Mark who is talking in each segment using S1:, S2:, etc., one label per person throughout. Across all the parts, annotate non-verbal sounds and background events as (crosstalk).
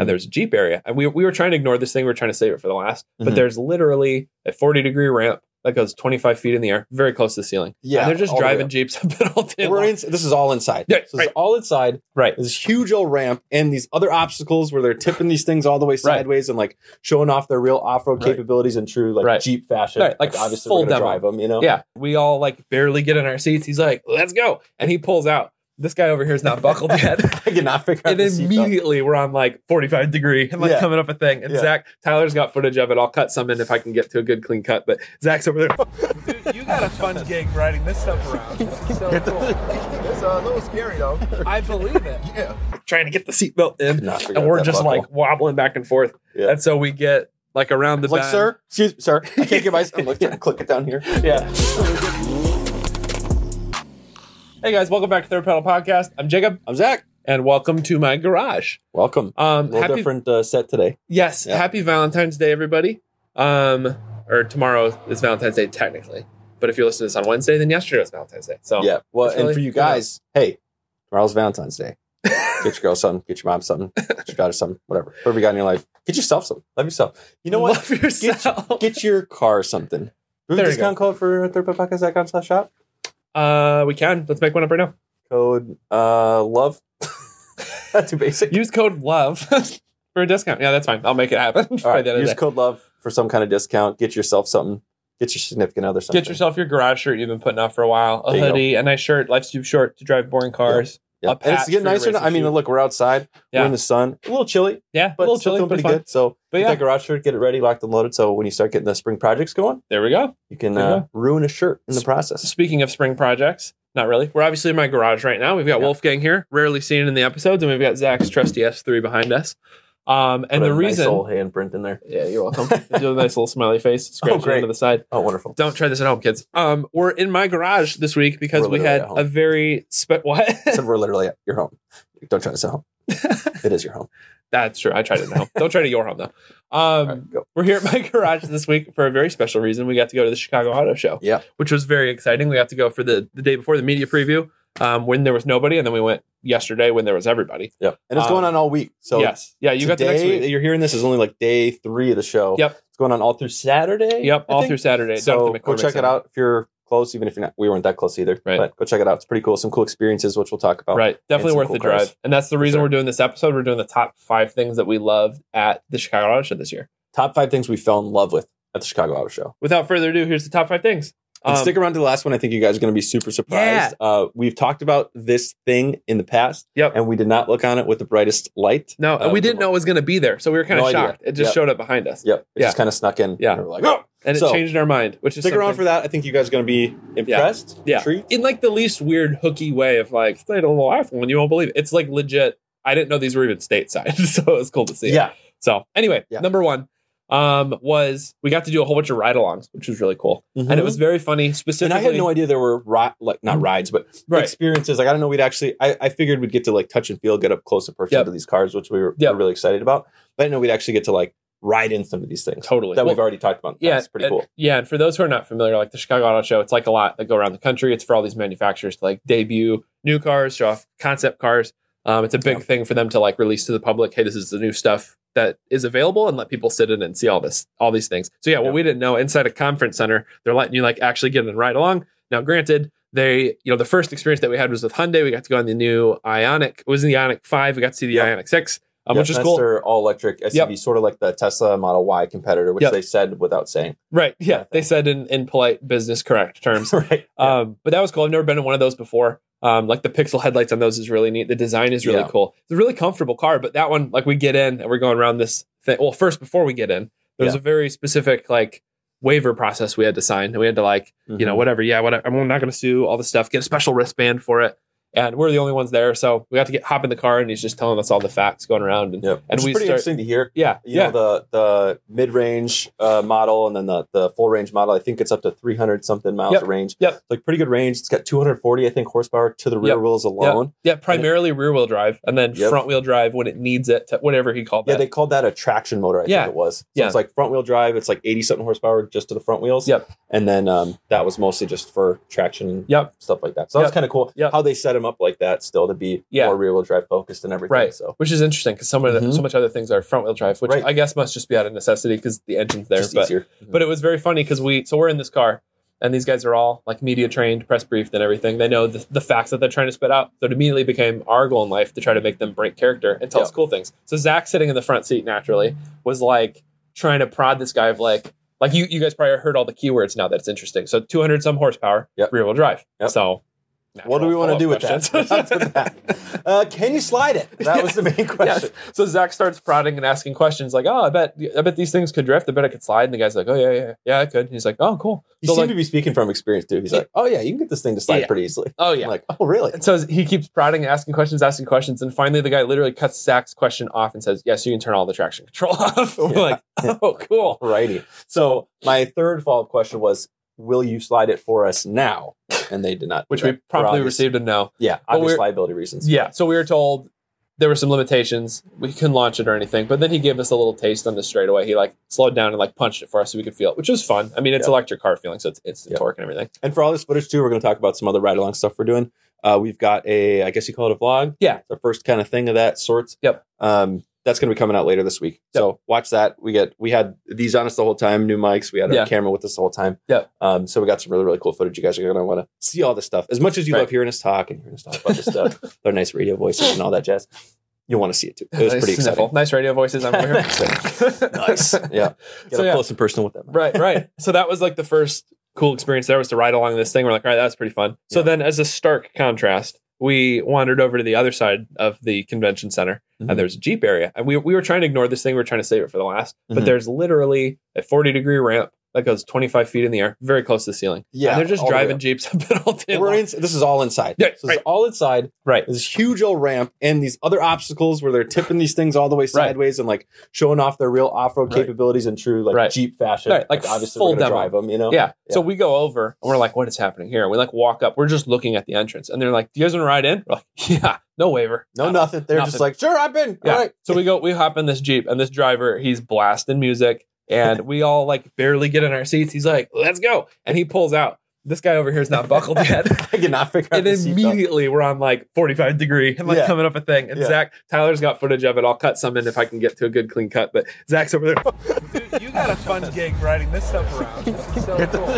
S1: and there's a Jeep area. And we, we were trying to ignore this thing. We were trying to save it for the last.
S2: Mm-hmm.
S1: But there's literally a 40 degree ramp that goes 25 feet in the air, very close to the ceiling.
S2: Yeah,
S1: And they're just
S2: all the way
S1: driving
S2: up.
S1: Jeeps (laughs) up it all day
S2: We're
S1: long.
S2: in, this is all inside.
S1: Yeah,
S2: so
S1: right.
S2: it's all inside.
S1: Right.
S2: This huge old ramp and these other obstacles where they're tipping these things all the way sideways and like showing off their real off road
S1: Right.
S2: capabilities in true like
S1: Right.
S2: Jeep fashion.
S1: Right, like
S2: obviously
S1: full
S2: we're gonna
S1: demo.
S2: drive them, you know.
S1: Yeah. We all like barely get in our seats. He's like, let's go. And he pulls out. This guy over here is not buckled
S2: (laughs)
S1: yet.
S2: (laughs) I cannot figure out
S1: and
S2: the seatbelt.
S1: immediately we're on like 45 degree (laughs) and like
S2: Yeah.
S1: coming up a thing. And
S2: Yeah.
S1: Zach, Tyler's got footage of it. I'll cut some in if I can get to a good clean cut. But Zach's over there. (laughs) Dude, you got a fun gig riding this stuff around. This is so cool.
S3: (laughs) It's uh, a little scary though.
S1: I believe it.
S3: (laughs) Yeah.
S1: Trying to get the seatbelt in,
S2: Not forget
S1: and we're
S2: that
S1: just
S2: buckle.
S1: like wobbling back and forth.
S2: Yeah.
S1: And so we get like around the
S2: It's like,
S1: bend.
S2: sir, excuse
S1: (laughs)
S2: me, sir, I can't get my. I'm like, trying to click it down here.
S1: Yeah. Hey guys, welcome back to Third Pedal Podcast. I'm Jacob,
S2: I'm Zach.
S1: and welcome to my garage.
S2: Welcome. A
S1: Um,
S2: little
S1: happy
S2: different uh, set today.
S1: Yes.
S2: Yeah.
S1: Happy Valentine's Day, everybody. Um, or tomorrow is Valentine's Day technically, but if you listen to this on Wednesday, then yesterday was Valentine's Day. So
S2: yeah.
S1: Oh,
S2: Well,
S1: it's
S2: and
S1: really-
S2: for you guys, hey, tomorrow's
S1: (laughs)
S2: Valentine's Day. Get your girl something. Get your mom something. Get your daughter something. Whatever. Whoever you got in your life, get yourself something. Love yourself. You know what?
S1: Love yourself.
S2: Get your car something. Do we
S1: There
S2: have a
S1: you
S2: discount code for thirdpodcast.com slash shop?
S1: uh, we can. Let's make one up right now.
S2: Code uh, love. (laughs) That's
S1: (laughs)
S2: too basic.
S1: Use code LOVE for a discount. Yeah, that's fine. I'll make it happen (laughs)
S2: All
S1: by
S2: right,
S1: the end of
S2: use
S1: the day.
S2: code love for some kind of discount. Get yourself something. Get your significant other something.
S1: Get yourself your garage shirt you've been putting off for a while, a
S2: There you go.
S1: hoodie, a nice shirt. Life's too short to drive boring cars.
S2: Yeah.
S1: a
S2: And
S1: patch
S2: it's getting
S1: for your
S2: nicer. now.
S1: racing
S2: I mean,
S1: shoe.
S2: look, we're outside.
S1: Yeah.
S2: We're in the sun. A little chilly,
S1: Yeah, a
S2: but
S1: little
S2: it's still
S1: chilly,
S2: feeling
S1: but
S2: pretty
S1: fun.
S2: good. So
S1: But
S2: get
S1: yeah,
S2: that garage shirt, get it ready, locked and loaded. So when you start getting the spring projects going,
S1: there we go.
S2: you can
S1: There you
S2: uh, ruin a shirt in the
S1: S-
S2: process.
S1: Speaking of spring projects, not really. We're obviously in my garage right now. We've got
S2: Yeah.
S1: Wolfgang here, rarely seen in the episodes, and we've got Zach's trusty S3 behind us. Um, and
S2: Put
S1: the
S2: a
S1: reason,
S2: nice old handprint in there.
S1: yeah, (laughs) you're welcome. Do a nice little smiley face,
S2: (laughs) Oh,
S1: scratch
S2: great.
S1: into the side. (laughs)
S2: Oh, wonderful!
S1: Don't try this at home, kids. Um, we're in my garage this week because
S2: We're
S1: we
S2: literally
S1: had
S2: at home.
S1: a very spe- (laughs) what?
S2: I said we're literally at your home. Don't try
S1: (laughs)
S2: to sell. it is your home.
S1: That's true. I tried it at home. Don't try it at your home though. Um,
S2: (laughs) All right, go.
S1: We're here at my (laughs) garage this week for a very special reason. We got to go to the Chicago Auto Show.
S2: Yeah.
S1: Which was very exciting. We got to go for the, the day before the media preview um, when there was nobody, and then we went yesterday when there was everybody.
S2: Yep. And it's going
S1: Um,
S2: on all week. So
S1: yes. Yeah, you got the next
S2: today that
S1: week.
S2: You're hearing this is only like day three of the show.
S1: Yep.
S2: It's going on all through Saturday.
S1: Yep,
S2: I
S1: all
S2: think.
S1: through Saturday. down
S2: So
S1: at the
S2: go
S1: McCormick
S2: check it
S1: Center.
S2: out if you're close, even if you're not. We weren't that close either.
S1: Right.
S2: But go check it out. It's pretty cool. Some cool experiences, which we'll talk about.
S1: Right. Definitely
S2: some
S1: worth
S2: cool
S1: the drive.
S2: cars.
S1: And that's the reason
S2: sure.
S1: we're doing this episode. We're doing the top five things that we loved at the Chicago Auto Show this year.
S2: Top five things we fell in love with at the Chicago Auto Show.
S1: Without further ado, here's the top five things.
S2: And
S1: Um,
S2: stick around to the last one. I think you guys are going to be super surprised. Uh, we've talked about this thing in the past,
S1: Yep.
S2: and we did not look on it with the brightest light.
S1: no,
S2: uh,
S1: we didn't know it was going to be there. So we were kind of
S2: No idea.
S1: shocked. It just
S2: Yep.
S1: showed up behind us.
S2: Yep, it
S1: Yeah.
S2: just kind of snuck in.
S1: Yeah.
S2: and we were like, oh,
S1: And it
S2: So-
S1: changed our mind, which is
S2: stick around
S1: something-
S2: for that. I think you guys are going to be impressed.
S1: Yeah.
S2: intrigued.
S1: in like the least weird hooky way of like played a little iPhone and you won't believe it. It's like legit. I didn't know these were even stateside, (laughs) so it was cool to see. it.
S2: yeah.
S1: So anyway,
S2: Yeah.
S1: number one um, was we got to do a whole bunch of ride-alongs, which was really cool, and it was very funny.
S2: And
S1: Specifically, Mm-hmm.
S2: I had no idea there were ri- like not rides, but
S1: Right.
S2: experiences. Like I don't know, we'd actually. I, I figured we'd get to like touch and feel, get up close and personal
S1: Yep.
S2: to these cars, which we were,
S1: Yep.
S2: were really excited about. But I didn't know we'd actually get to like ride in some of these things
S1: totally
S2: that
S1: Well,
S2: we've already talked about.
S1: yeah,
S2: it's pretty
S1: and-
S2: cool.
S1: Yeah, and for those who are not familiar, like the Chicago Auto Show, it's like a lot that go around the country. It's for all these manufacturers to like debut new cars, show off concept cars. Um, it's a big
S2: Yeah.
S1: thing for them to like release to the public. Hey, this is the new stuff that is available, and let people sit in and see all this, all these things. So yeah,
S2: Yeah.
S1: what we didn't know inside a conference center, they're letting you like actually get in and ride along. Now, granted, they you know the first experience that we had was with Hyundai. We got to go on the new Ionic. It was the Ionic Five. We got to see the
S2: Yep.
S1: Ionic Six, um,
S2: Yep,
S1: which is
S2: that's
S1: cool.
S2: Their all electric SUV, sort of like the Tesla Model Y competitor, which
S1: Yep.
S2: they said without saying. (laughs)
S1: right?
S2: kind
S1: Yeah,
S2: of
S1: they
S2: thing.
S1: said in in polite business correct terms.
S2: right.
S1: Um, but that was cool. I've never been in one of those before. Um, like the pixel headlights on those is really neat. The design is really
S2: Yeah.
S1: cool. It's a really comfortable car, but that one, like we get in and we're going around this thing. Well, first before we get in, there was
S2: Yeah.
S1: a very specific like waiver process we had to sign. And we had to like, you
S2: Mm-hmm.
S1: know, whatever, yeah, whatever. I'm not gonna sue, all this stuff, get a special wristband for it. And we're the only ones there. So we got to get hop in the car and he's just telling us all the facts going around and
S2: Mm-hmm. Yep.
S1: and
S2: Which is
S1: we
S2: pretty
S1: start-
S2: interesting to hear.
S1: yeah,
S2: You
S1: yeah.
S2: know, the the mid range uh, model and then the, the full range model. I think it's up to 300 something miles
S1: Yep.
S2: of range.
S1: Yep.
S2: It's like pretty good range. It's got 240, I think, horsepower to the rear
S1: Yep.
S2: wheels alone.
S1: yeah, primarily rear wheel drive and then
S2: Yep.
S1: front wheel drive when it needs it to whatever he called
S2: Yeah,
S1: that.
S2: they called that a traction motor, I
S1: Yeah.
S2: think it was. So
S1: Yeah.
S2: it's like front wheel drive. It's like 80 something horsepower just to the front wheels.
S1: Yep.
S2: And then um, that was mostly just for traction and
S1: Yep.
S2: stuff like that. So that was
S1: Yep.
S2: kind of cool
S1: Yep.
S2: how they set them up like that still to be
S1: Yeah.
S2: more rear wheel drive focused and everything.
S1: Right.
S2: So
S1: Which is interesting because so, many
S2: Mhm.
S1: so much other things are front wheel drive, which
S2: Right.
S1: I guess must just be out of necessity because the engine's there.
S2: just
S1: but
S2: easier.
S1: but it was very funny because we so we're in this car and these guys are all like media trained, press briefed, and everything. They know the, the facts that they're trying to spit out. So it immediately became our goal in life to try to make them break character and tell us
S2: Yeah.
S1: cool things. So Zach sitting in the front seat naturally was like trying to prod this guy of like like you you guys probably heard all the keywords now that's interesting. So 200 some horsepower,
S2: Yep.
S1: rear wheel drive.
S2: Yep.
S1: So
S2: what do we want to
S1: natural
S2: do with
S1: follow-up
S2: that?
S1: questions. (laughs)
S2: (laughs) That's what that- Uh, can you slide it? That was the main
S1: Yes.
S2: question.
S1: So Zach starts prodding and asking questions like, "Oh, I bet, I bet these things could drift. I bet it could slide." And the guy's like, "Oh yeah, yeah, yeah, it could." And he's like, "Oh, cool."
S2: He
S1: So
S2: seemed
S1: like,
S2: to be speaking from experience too. He's like, "Oh yeah, you can get this thing to slide
S1: Yeah.
S2: pretty easily."
S1: "Oh
S2: I'm
S1: yeah."
S2: like, "Oh really?"
S1: And so he keeps prodding, and asking questions, asking questions, and finally the guy literally cuts Zach's question off and says, "Yes, you can turn all the traction control (laughs) off." We're
S2: Yeah.
S1: like, "Oh, cool."
S2: Alrighty. So my third follow up question was, "Will you slide it for us now?" And they did not, do
S1: Which
S2: that
S1: we
S2: for
S1: promptly
S2: obvious-
S1: received a no.
S2: Yeah,
S1: Well,
S2: obvious
S1: we're-
S2: liability reasons.
S1: Yeah. So we were told there were some limitations. We couldn't launch it or anything. But then he gave us a little taste on the straightaway. He like slowed down and like punched it for us so we could feel it, which was fun. I mean, it's
S2: Yeah.
S1: electric car feeling, so it's it's the
S2: Yeah.
S1: torque and everything.
S2: And for all this footage too, we're going to talk about some other ride along stuff we're doing. Uh, we've got a, I guess you call it a vlog.
S1: Yeah.
S2: the first kind of thing of that sorts.
S1: Yep.
S2: Um, that's going to be coming out later this week.
S1: Yep.
S2: So watch that. We get we had these on us the whole time, new mics. We had our
S1: Yeah.
S2: camera with us the whole time.
S1: Yep.
S2: Um, so we got some really really cool footage. You guys are going to want to see all this stuff. As much as you
S1: Right.
S2: love hearing us talk and hearing us talk about this
S1: (laughs)
S2: stuff, their nice radio voices and all that jazz, you'll want to see it too. It was
S1: Nice (laughs)
S2: pretty
S1: sniffle.
S2: exciting.
S1: Nice radio voices. I'm over here.
S2: (laughs) nice. Yeah. Get
S1: So,
S2: up
S1: yeah.
S2: close and personal with them.
S1: (laughs) Right, right. so that was like the first cool experience there was to ride along this thing. We're like, all right, that's pretty fun. So
S2: Yeah.
S1: then, as a stark contrast, we wandered over to the other side of the convention center,
S2: Mhm.
S1: and there's a Jeep area. And we, we were trying to ignore this thing. We were trying to save it for the last.
S2: Mhm.
S1: But there's literally a 40 degree ramp that goes 25 feet in the air, very close to the ceiling.
S2: Yeah,
S1: And they're just
S2: all the way
S1: driving
S2: up.
S1: Jeeps (laughs) up it all day
S2: We're
S1: long.
S2: in, this is all inside.
S1: Yeah,
S2: so it's
S1: right.
S2: all inside.
S1: right.
S2: this huge old ramp and these other obstacles where they're tipping these things all the way sideways and like showing off their real off-road
S1: Right.
S2: capabilities in true like
S1: Right.
S2: Jeep fashion.
S1: Right, like
S2: obviously
S1: full
S2: we're gonna
S1: demo.
S2: drive them, you know.
S1: Yeah. So we go over and we're like, what is happening here? We like walk up. We're just looking at the entrance. And they're like, do you guys want to ride in? We're like, (laughs) yeah, no waiver.
S2: No,
S1: Uh,
S2: nothing. They're
S1: nothing.
S2: just like, sure, I've been.
S1: Yeah.
S2: All right.
S1: So we go, we hop in this Jeep, and this driver, he's blasting music, and we all like barely get in our seats. He's like, let's go. And he pulls out. This guy over here is not
S2: (laughs)
S1: buckled yet.
S2: (laughs) I cannot figure out
S1: and
S2: the seatbelt.
S1: immediately we're on like 45 degree (laughs) and like
S2: Yeah.
S1: coming up a thing. And
S2: Yeah.
S1: Zach, Tyler's got footage of it. I'll cut some in if I can get to a good clean cut. But Zach's over there. (laughs) Dude, you got a fun (laughs) gig riding this stuff around. so cool.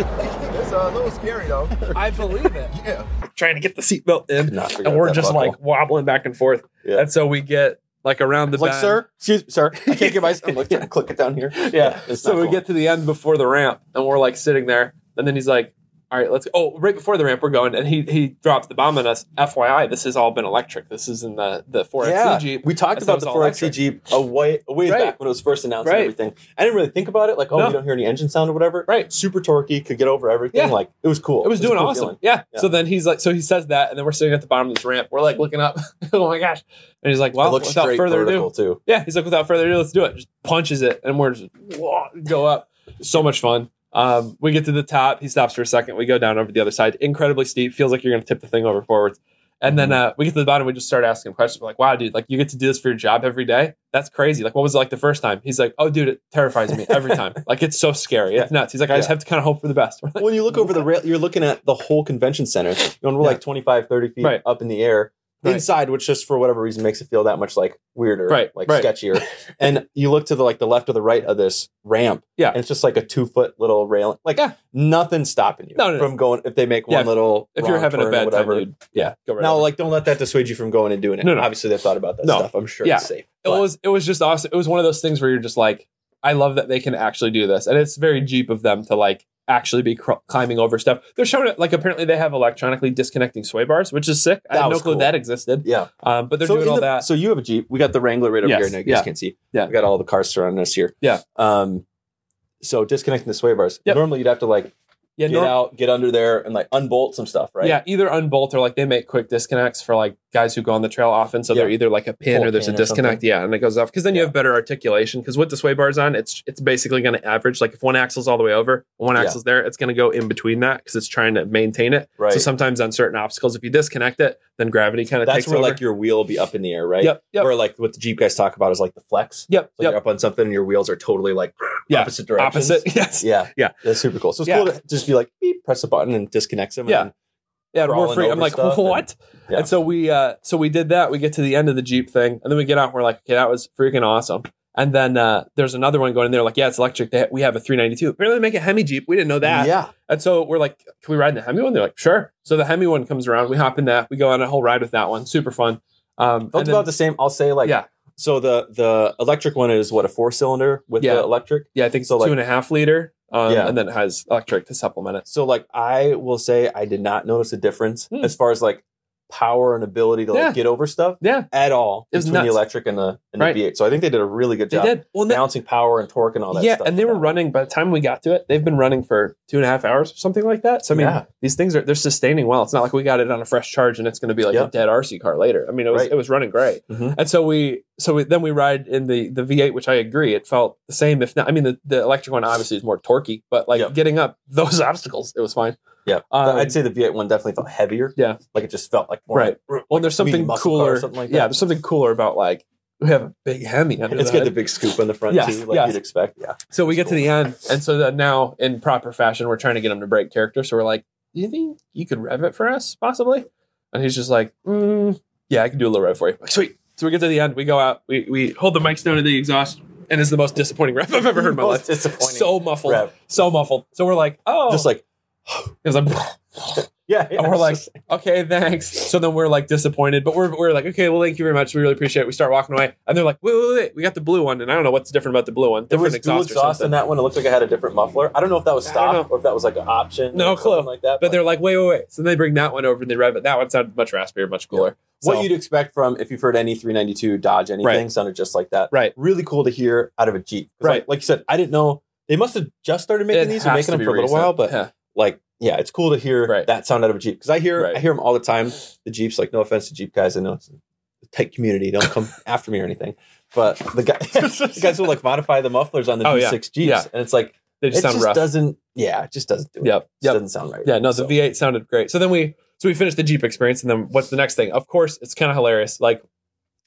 S1: (laughs)
S3: It's uh, a little scary though.
S1: I believe (laughs) it.
S3: Yeah.
S1: Trying to get the seatbelt in.
S2: Cannot figure
S1: And
S2: out
S1: we're
S2: that
S1: just
S2: buckle.
S1: like wobbling back and forth.
S2: Yeah.
S1: And so we get like around the
S2: It's like,
S1: bend.
S2: sir, excuse me, sir, I can't get my. I'm like, yeah, click it down
S1: (laughs)
S2: here.
S1: yeah.
S2: it's
S1: So
S2: not
S1: we
S2: cool.
S1: get to the end before the ramp, and we're like sitting there, and then he's like, "All right, let's." Oh, right before the ramp, we're going, and he he drops the bomb on us. FYI, this has all been electric. This is in the the four E
S2: yeah,
S1: XC Jeep.
S2: we talked
S1: That's
S2: about
S1: how
S2: the
S1: it's all
S2: 4XC
S1: electric.
S2: Jeep a way, a ways
S1: Right.
S2: back when it was first announced
S1: Right.
S2: and everything. I didn't really think about it, like, oh,
S1: No.
S2: you don't hear any engine sound or whatever.
S1: Right.
S2: Super torquey, could get over everything.
S1: Yeah.
S2: Like, it was cool.
S1: It was
S2: a
S1: doing
S2: cool
S1: awesome.
S2: feeling.
S1: Yeah.
S2: Yeah.
S1: So then he's like, so he says that, and then we're sitting at the bottom of this ramp. We're like looking up. (laughs) oh my gosh! And he's like,
S2: It
S1: well,
S2: looked
S1: without
S2: straight
S1: further ado,
S2: vertical too.
S1: Yeah, he's like, without further ado, let's do it. Just punches it, and we're just whoa, go up. So much fun. Um, we get to the top. He stops for a second. We go down over the other side. Incredibly steep. Feels like you're going to tip the thing over forwards. And then
S2: Mm-hmm.
S1: uh, we get to the bottom. We just start asking him questions. We're like, wow, dude, like you get to do this for your job every day. That's crazy. Like, what was it like the first time? He's like, oh, dude, it terrifies me
S2: (laughs)
S1: every time. like, it's so scary. It's nuts. He's like, I just
S2: Yeah.
S1: have to kind of hope for the best. (laughs) We're like,
S2: when you look over the rail, you're looking at the whole convention center. You know, and we're
S1: Yeah.
S2: like 25, 30 feet
S1: Right.
S2: up in the air.
S1: Right.
S2: Inside, which just for whatever reason makes it feel that much like weirder,
S1: Right,
S2: like
S1: right. (laughs)
S2: sketchier. and you look to the like the left or the right of this ramp,
S1: Yeah.
S2: and it's just like a two foot little railing, like
S1: Yeah.
S2: nothing stopping you
S1: No, no, no.
S2: from going. If they make
S1: Yeah,
S2: one
S1: if-
S2: little,
S1: if you're
S2: wrong
S1: having a
S2: turn or
S1: bad time,
S2: whatever.
S1: dude, yeah, go right.
S2: now
S1: over.
S2: like don't let that dissuade you from going and doing it.
S1: No, no.
S2: Obviously, they've thought about that
S1: No.
S2: stuff. I'm sure
S1: Yeah.
S2: it's safe.
S1: it
S2: But-
S1: was it was just awesome. It was one of those things where you're just like, I love that they can actually do this, and it's very Jeep of them to like actually be cr- climbing over stuff. They're showing it like apparently they have electronically disconnecting sway bars, which is sick. I
S2: That
S1: had no
S2: was
S1: clue
S2: cool.
S1: that existed.
S2: yeah.
S1: Um, but they're doing
S2: in
S1: all
S2: the-
S1: that.
S2: So you have a Jeep. We got the Wrangler right over
S1: Yes.
S2: here. Now you
S1: Yeah.
S2: guys can't see.
S1: Yeah.
S2: We got all the cars surrounding us here.
S1: Yeah.
S2: Um, so disconnecting the sway bars.
S1: Yep.
S2: Normally you'd have to like
S1: yeah,
S2: get
S1: nor-
S2: out, get under there, and like unbolt some stuff, right?
S1: yeah, either unbolt or like they make quick disconnects for like guys who go on the trail often. So
S2: Yeah.
S1: they're either like a pin
S2: Pull a
S1: or there's a
S2: pin or something.
S1: disconnect. Yeah, and it goes off because then you
S2: Yeah.
S1: have better articulation. Because with the sway bars on, it's it's basically going to average. Like if one axle's all the way over, one
S2: Yeah.
S1: axle's there, it's going to go in between that because it's trying to maintain it.
S2: Right.
S1: So sometimes on certain obstacles, if you disconnect it, then gravity kind of
S2: That's
S1: takes
S2: where
S1: over.
S2: like your wheel will be up in the air, right?
S1: yep, yep,
S2: Where like what the Jeep guys talk about is like the flex.
S1: yep,
S2: So
S1: yep.
S2: you're up on something and your wheels are totally like
S1: Yeah.
S2: opposite directions.
S1: Opposite, (laughs) yes.
S2: (laughs) Yeah.
S1: Yeah.
S2: That's super cool. So it's
S1: Yeah.
S2: cool to just be like, beep, press a button and disconnects them.
S1: Yeah.
S2: And then
S1: Yeah, more
S2: crawling
S1: free.
S2: over
S1: I'm like,
S2: stuff and-
S1: what?
S2: Yeah.
S1: And so we uh so we did that. We get to the end of the Jeep thing, and then we get out and we're like, okay, that was freaking awesome. And then uh there's another one going in there, like, yeah, it's electric. They, we have a 392. Apparently they make a Hemi Jeep. We didn't know that.
S2: Yeah.
S1: And so we're like, can we ride in the Hemi one? They're like, sure. So the Hemi one comes around, we hop in that, we go on a whole ride with that one. Super fun. Um
S2: Felt
S1: and then-
S2: about the same. I'll say like
S1: Yeah.
S2: So the the electric one is what a four cylinder with
S1: Yeah.
S2: the electric.
S1: yeah, I think it's
S2: so,
S1: two
S2: like-
S1: and a half liter. Um,
S2: Yeah.
S1: and then it has electric to supplement it.
S2: So like I will say I did not notice a difference
S1: Hmm.
S2: as far as like power and ability to like
S1: Yeah.
S2: get over stuff
S1: Yeah,
S2: at all
S1: It was
S2: between the
S1: nuts.
S2: electric and the and
S1: Right.
S2: the V8. So I think they did a really good
S1: they
S2: job
S1: did. Well, and that-
S2: balancing power and torque and all that
S1: yeah,
S2: stuff.
S1: and they were running by the time we got to it, they've been running for two and a half hours or something like that. So I mean
S2: Yeah.
S1: these things are they're sustaining well. It's not like we got it on a fresh charge and it's gonna be like a
S2: Yep.
S1: dead RC car later. I mean it was
S2: Right.
S1: it was running uh, great.
S2: Mhm.
S1: And so we so we then we ride in the the V eight, which I agree, it felt the same if not I mean the, the electric one obviously is more torquey, but like
S2: Yep.
S1: getting up (laughs) those obstacles, it was fine.
S2: Yeah.
S1: Um,
S2: I'd say the V8 one definitely felt heavier.
S1: Yeah.
S2: Like it just felt like more
S1: Right. Well there's
S2: mini
S1: something
S2: muscle car or
S1: cooler.
S2: something like
S1: Yeah,
S2: that.
S1: there's something cooler about like we have a big hemi under
S2: It's
S1: the
S2: got the big scoop on the front
S1: Yes,
S2: too, like
S1: yes.
S2: you'd expect. Yeah.
S1: So we get to the end, and so that now in proper fashion, we're trying to get him to break character. So we're like, "Do you think you could rev it for us, possibly?" And he's just like, mm, "Yeah, I can do a little rev for you." Like, sweet. So we get to the end. We go out. We we hold the mics down to the exhaust, and it's the most disappointing rev I've ever heard in (laughs) my life.
S2: (laughs) Most disappointing.
S1: So muffled,
S2: rev.
S1: so muffled. So we're like, "Oh,"
S2: Just like
S1: it was like,
S2: yeah, yeah
S1: and we're
S2: it's
S1: like,
S2: just-
S1: (laughs) "Okay, thanks." So then we're like disappointed, but we're we're like, "Okay, well, thank you very much. We really appreciate it." We start walking away, and they're like, "Wait, wait, wait! We got the blue one, and I don't know what's different about the blue one.
S2: There
S1: Different
S2: was dual
S1: exhaust, or
S2: exhaust
S1: something."
S2: in that one. It looked like I had a different muffler. I don't know if that was
S1: I don't
S2: stock or if that was like an option.
S1: No
S2: or something
S1: clue.
S2: Like that,
S1: But they're like, wait, wait, wait. So they bring that one over and they rev it. That one sounded much raspier, much cooler.
S2: what
S1: So-
S2: you'd expect from if you've heard any 392 Dodge anything
S1: Right.
S2: sounded just like that.
S1: Right.
S2: Really cool to hear out of a Jeep. 'Cause
S1: Right.
S2: Like, like you said, I didn't know they must have just started making
S1: It
S2: these or
S1: has
S2: making
S1: to
S2: them
S1: be
S2: for a little
S1: recent.
S2: while, but
S1: Yeah.
S2: like yeah, it's cool to hear
S1: Right.
S2: that sound out of a Jeep because I hear
S1: Right.
S2: I hear them all the time. The Jeeps, like no offense to Jeep guys, I know it's a tight community. Don't
S1: (laughs)
S2: come after me or anything. But the, guy, (laughs) the guys will like modify the mufflers on the
S1: Oh,
S2: V6
S1: yeah.
S2: Jeeps,
S1: Yeah.
S2: and it's like
S1: they just
S2: it
S1: sound
S2: just
S1: rough.
S2: doesn't. Yeah, it just doesn't do it.
S1: Yep.
S2: It just
S1: Yep.
S2: doesn't sound right.
S1: Yeah. No, the
S2: So-
S1: V8 sounded great. So then we, so we finished the Jeep experience. And then what's the next thing? Of course, it's kind of hilarious. Like,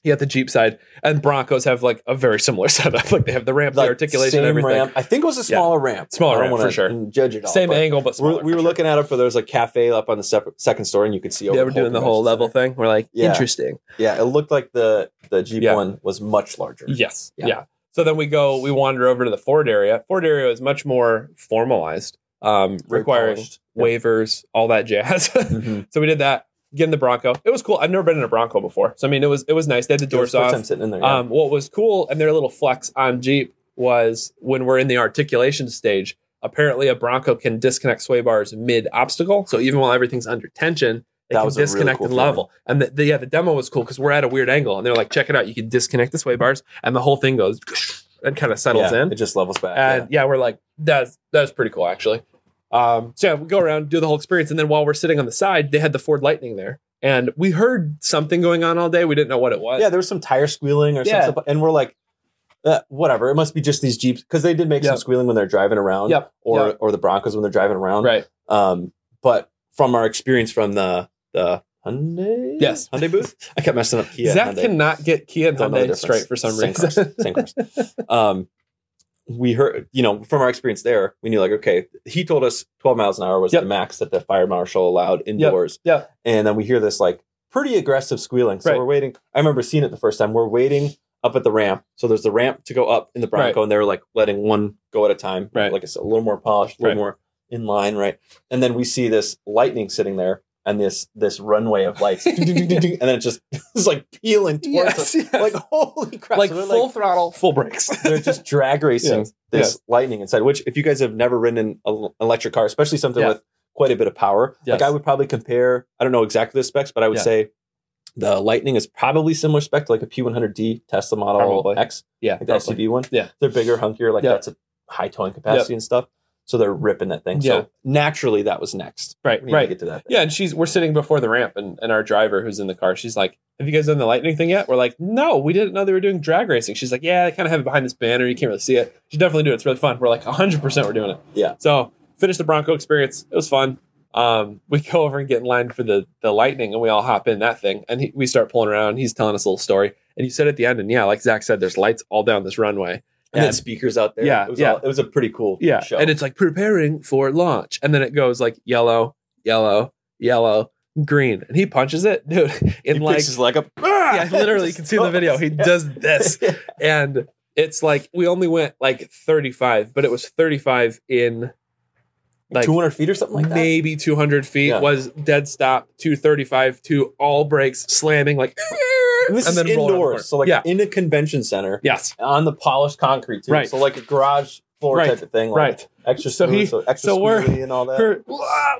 S1: you have the Jeep side, and Broncos have like a very similar (laughs) setup. Like they have the ramp, the
S2: like,
S1: articulation,
S2: same
S1: everything.
S2: ramp. I think it was a
S1: Yeah.
S2: smaller ramp.
S1: Smaller
S2: I don't
S1: ramp, for
S2: wanna
S1: sure.
S2: Judge it all.
S1: Same
S2: but
S1: angle, but
S2: we're-
S1: smaller,
S2: we
S1: for
S2: were
S1: sure.
S2: looking at it for there was a cafe up on the sep- second story, and you could see. Over
S1: Yeah, we're doing the whole
S2: convention
S1: level
S2: center.
S1: thing. We're like,
S2: Yeah.
S1: interesting.
S2: Yeah, it looked like the the Jeep
S1: Yeah.
S2: one was much larger.
S1: Yes. Yeah.
S2: Yeah.
S1: So then we go, we wander over to the Ford area. Ford area is much more formalized, um,
S2: Very
S1: requiring
S2: polished.
S1: waivers, all that jazz. (laughs)
S2: Mhm.
S1: So we did that. Get in the Bronco. It was cool. I've never been in a Bronco before. So I mean, it was it was nice. They had the
S2: It
S1: doors
S2: was the first
S1: off.
S2: time sitting in there. Yeah.
S1: Um, what was cool and their little flex on Jeep was when we're in the articulation stage. Apparently, a Bronco can disconnect sway bars mid obstacle. So even while everything's under tension, they
S2: That
S1: can
S2: was a really
S1: disconnect
S2: cool
S1: and level. And the, the, yeah, the demo was cool because we're at a weird angle, and they're like, "Check it out! You can disconnect the sway bars, and the whole thing goes (laughs) and kind of settles
S2: Yeah,
S1: in."
S2: It just levels back. yeah.
S1: And yeah, we're like, that's that's pretty cool actually. Um, so yeah, we go around, do the whole experience, and then while we're sitting on the side, they had the Ford Lightning there, and we heard something going on all day. We didn't know what it was.
S2: yeah, there was some tire squealing or
S1: Yeah.
S2: something, and we're like, uh, whatever. It must be just these jeeps because they did make
S1: Yep.
S2: some squealing when they're driving around,
S1: Yep.
S2: or
S1: Yep.
S2: or the Broncos when they're driving around.
S1: right.
S2: Um, but from our experience from the the Hyundai,
S1: Yes.
S2: Hyundai
S1: (laughs)
S2: booth, I kept messing up Kia.
S1: Zach
S2: and Hyundai.
S1: cannot get Kia and
S2: Don't know
S1: Hyundai
S2: the difference.
S1: straight for some
S2: Same
S1: reason.
S2: cars, same cars. Um, we heard, you know, from our experience there, we knew like, okay, he told us 12 miles an hour was
S1: Yep.
S2: the max that the fire marshal allowed indoors.
S1: yep.
S2: And then we hear this like pretty aggressive squealing. So
S1: Right.
S2: we're waiting. I remember seeing it the first time. We're waiting up at the ramp. So there's the ramp to go up in the Bronco, and they're like letting one go at a time.
S1: Right.
S2: Like it's a little more polished, a little
S1: Right.
S2: more in line, right? And then we see this lightning sitting there. And this this runway of
S1: (laughs)
S2: lights, (laughs) and then it just (laughs) it's like peeling towards
S1: (laughs)
S2: us.
S1: Yes, yes.
S2: Like (laughs) holy crap!
S1: (laughs) Like
S2: So they're,
S1: full throttle, full
S2: (laughs)
S1: brakes.
S2: they're just
S1: (laughs)
S2: drag racing
S1: Yes.
S2: this lightning inside. Which, if you guys have never ridden an el- electric car, especially something
S1: Yeah.
S2: with quite a bit of power,
S1: Yes.
S2: like I would probably compare. I don't know exactly the specs, but I would
S1: Yeah.
S2: say the Lightning is probably similar spec to like a P100D Tesla Model
S1: Probably.
S2: X,
S1: yeah,
S2: like the
S1: probably.
S2: SUV one.
S1: Yeah.
S2: they're bigger, hunkier. Like
S1: Yeah.
S2: that's a high towing capacity and stuff. So they're ripping that thing.
S1: Yeah.
S2: So naturally, that was next.
S1: right,
S2: We need to
S1: right.
S2: get to that.
S1: Yeah, and she's we're sitting before the ramp, and, and our driver who's in the car, she's like, "Have you guys done the lightning thing yet?" We're like, "No, we didn't know they were doing drag racing." She's like, "Yeah, they kind of have it behind this banner. You can't really see it. You should definitely do it. It's really fun." We're like, "100 percent, we're doing it."
S2: Yeah.
S1: So finished the Bronco experience. It was fun. Um, we (laughs) go over and get in line for the the lightning, and we all hop in that thing, and he, we start pulling around. He's telling us a little story, and you said at the end, and yeah, like Zach said, there's lights all down this runway.
S2: And then
S1: And-
S2: speakers out there.
S1: Yeah,
S2: it was,
S1: yeah.
S2: all- it was a pretty cool
S1: Yeah.
S2: show.
S1: And it's like preparing for launch. And then it goes like yellow, yellow, yellow, green, and he punches it, (laughs) dude.
S2: He
S1: In like,
S2: picks his leg up.
S1: (laughs) yeah, literally, you can
S2: (laughs)
S1: see in the video. He does this,
S2: Yeah.
S1: and it's like we only went like 35, but it was 35 in like
S2: 200 feet or something like that.
S1: maybe 200 feet
S2: Yeah.
S1: was dead stop 235 to all brakes slamming like
S2: And this is
S1: roll around the corner.
S2: indoors, so like
S1: yeah
S2: in a convention center
S1: yes
S2: on the polished concrete, too.
S1: Right.
S2: So like a garage floor
S1: Right.
S2: type of thing, (laughs) like
S1: right
S2: Extra
S1: So
S2: smooth, so,
S1: he-
S2: extra
S1: so we're-
S2: smoothly and all that.
S1: Her-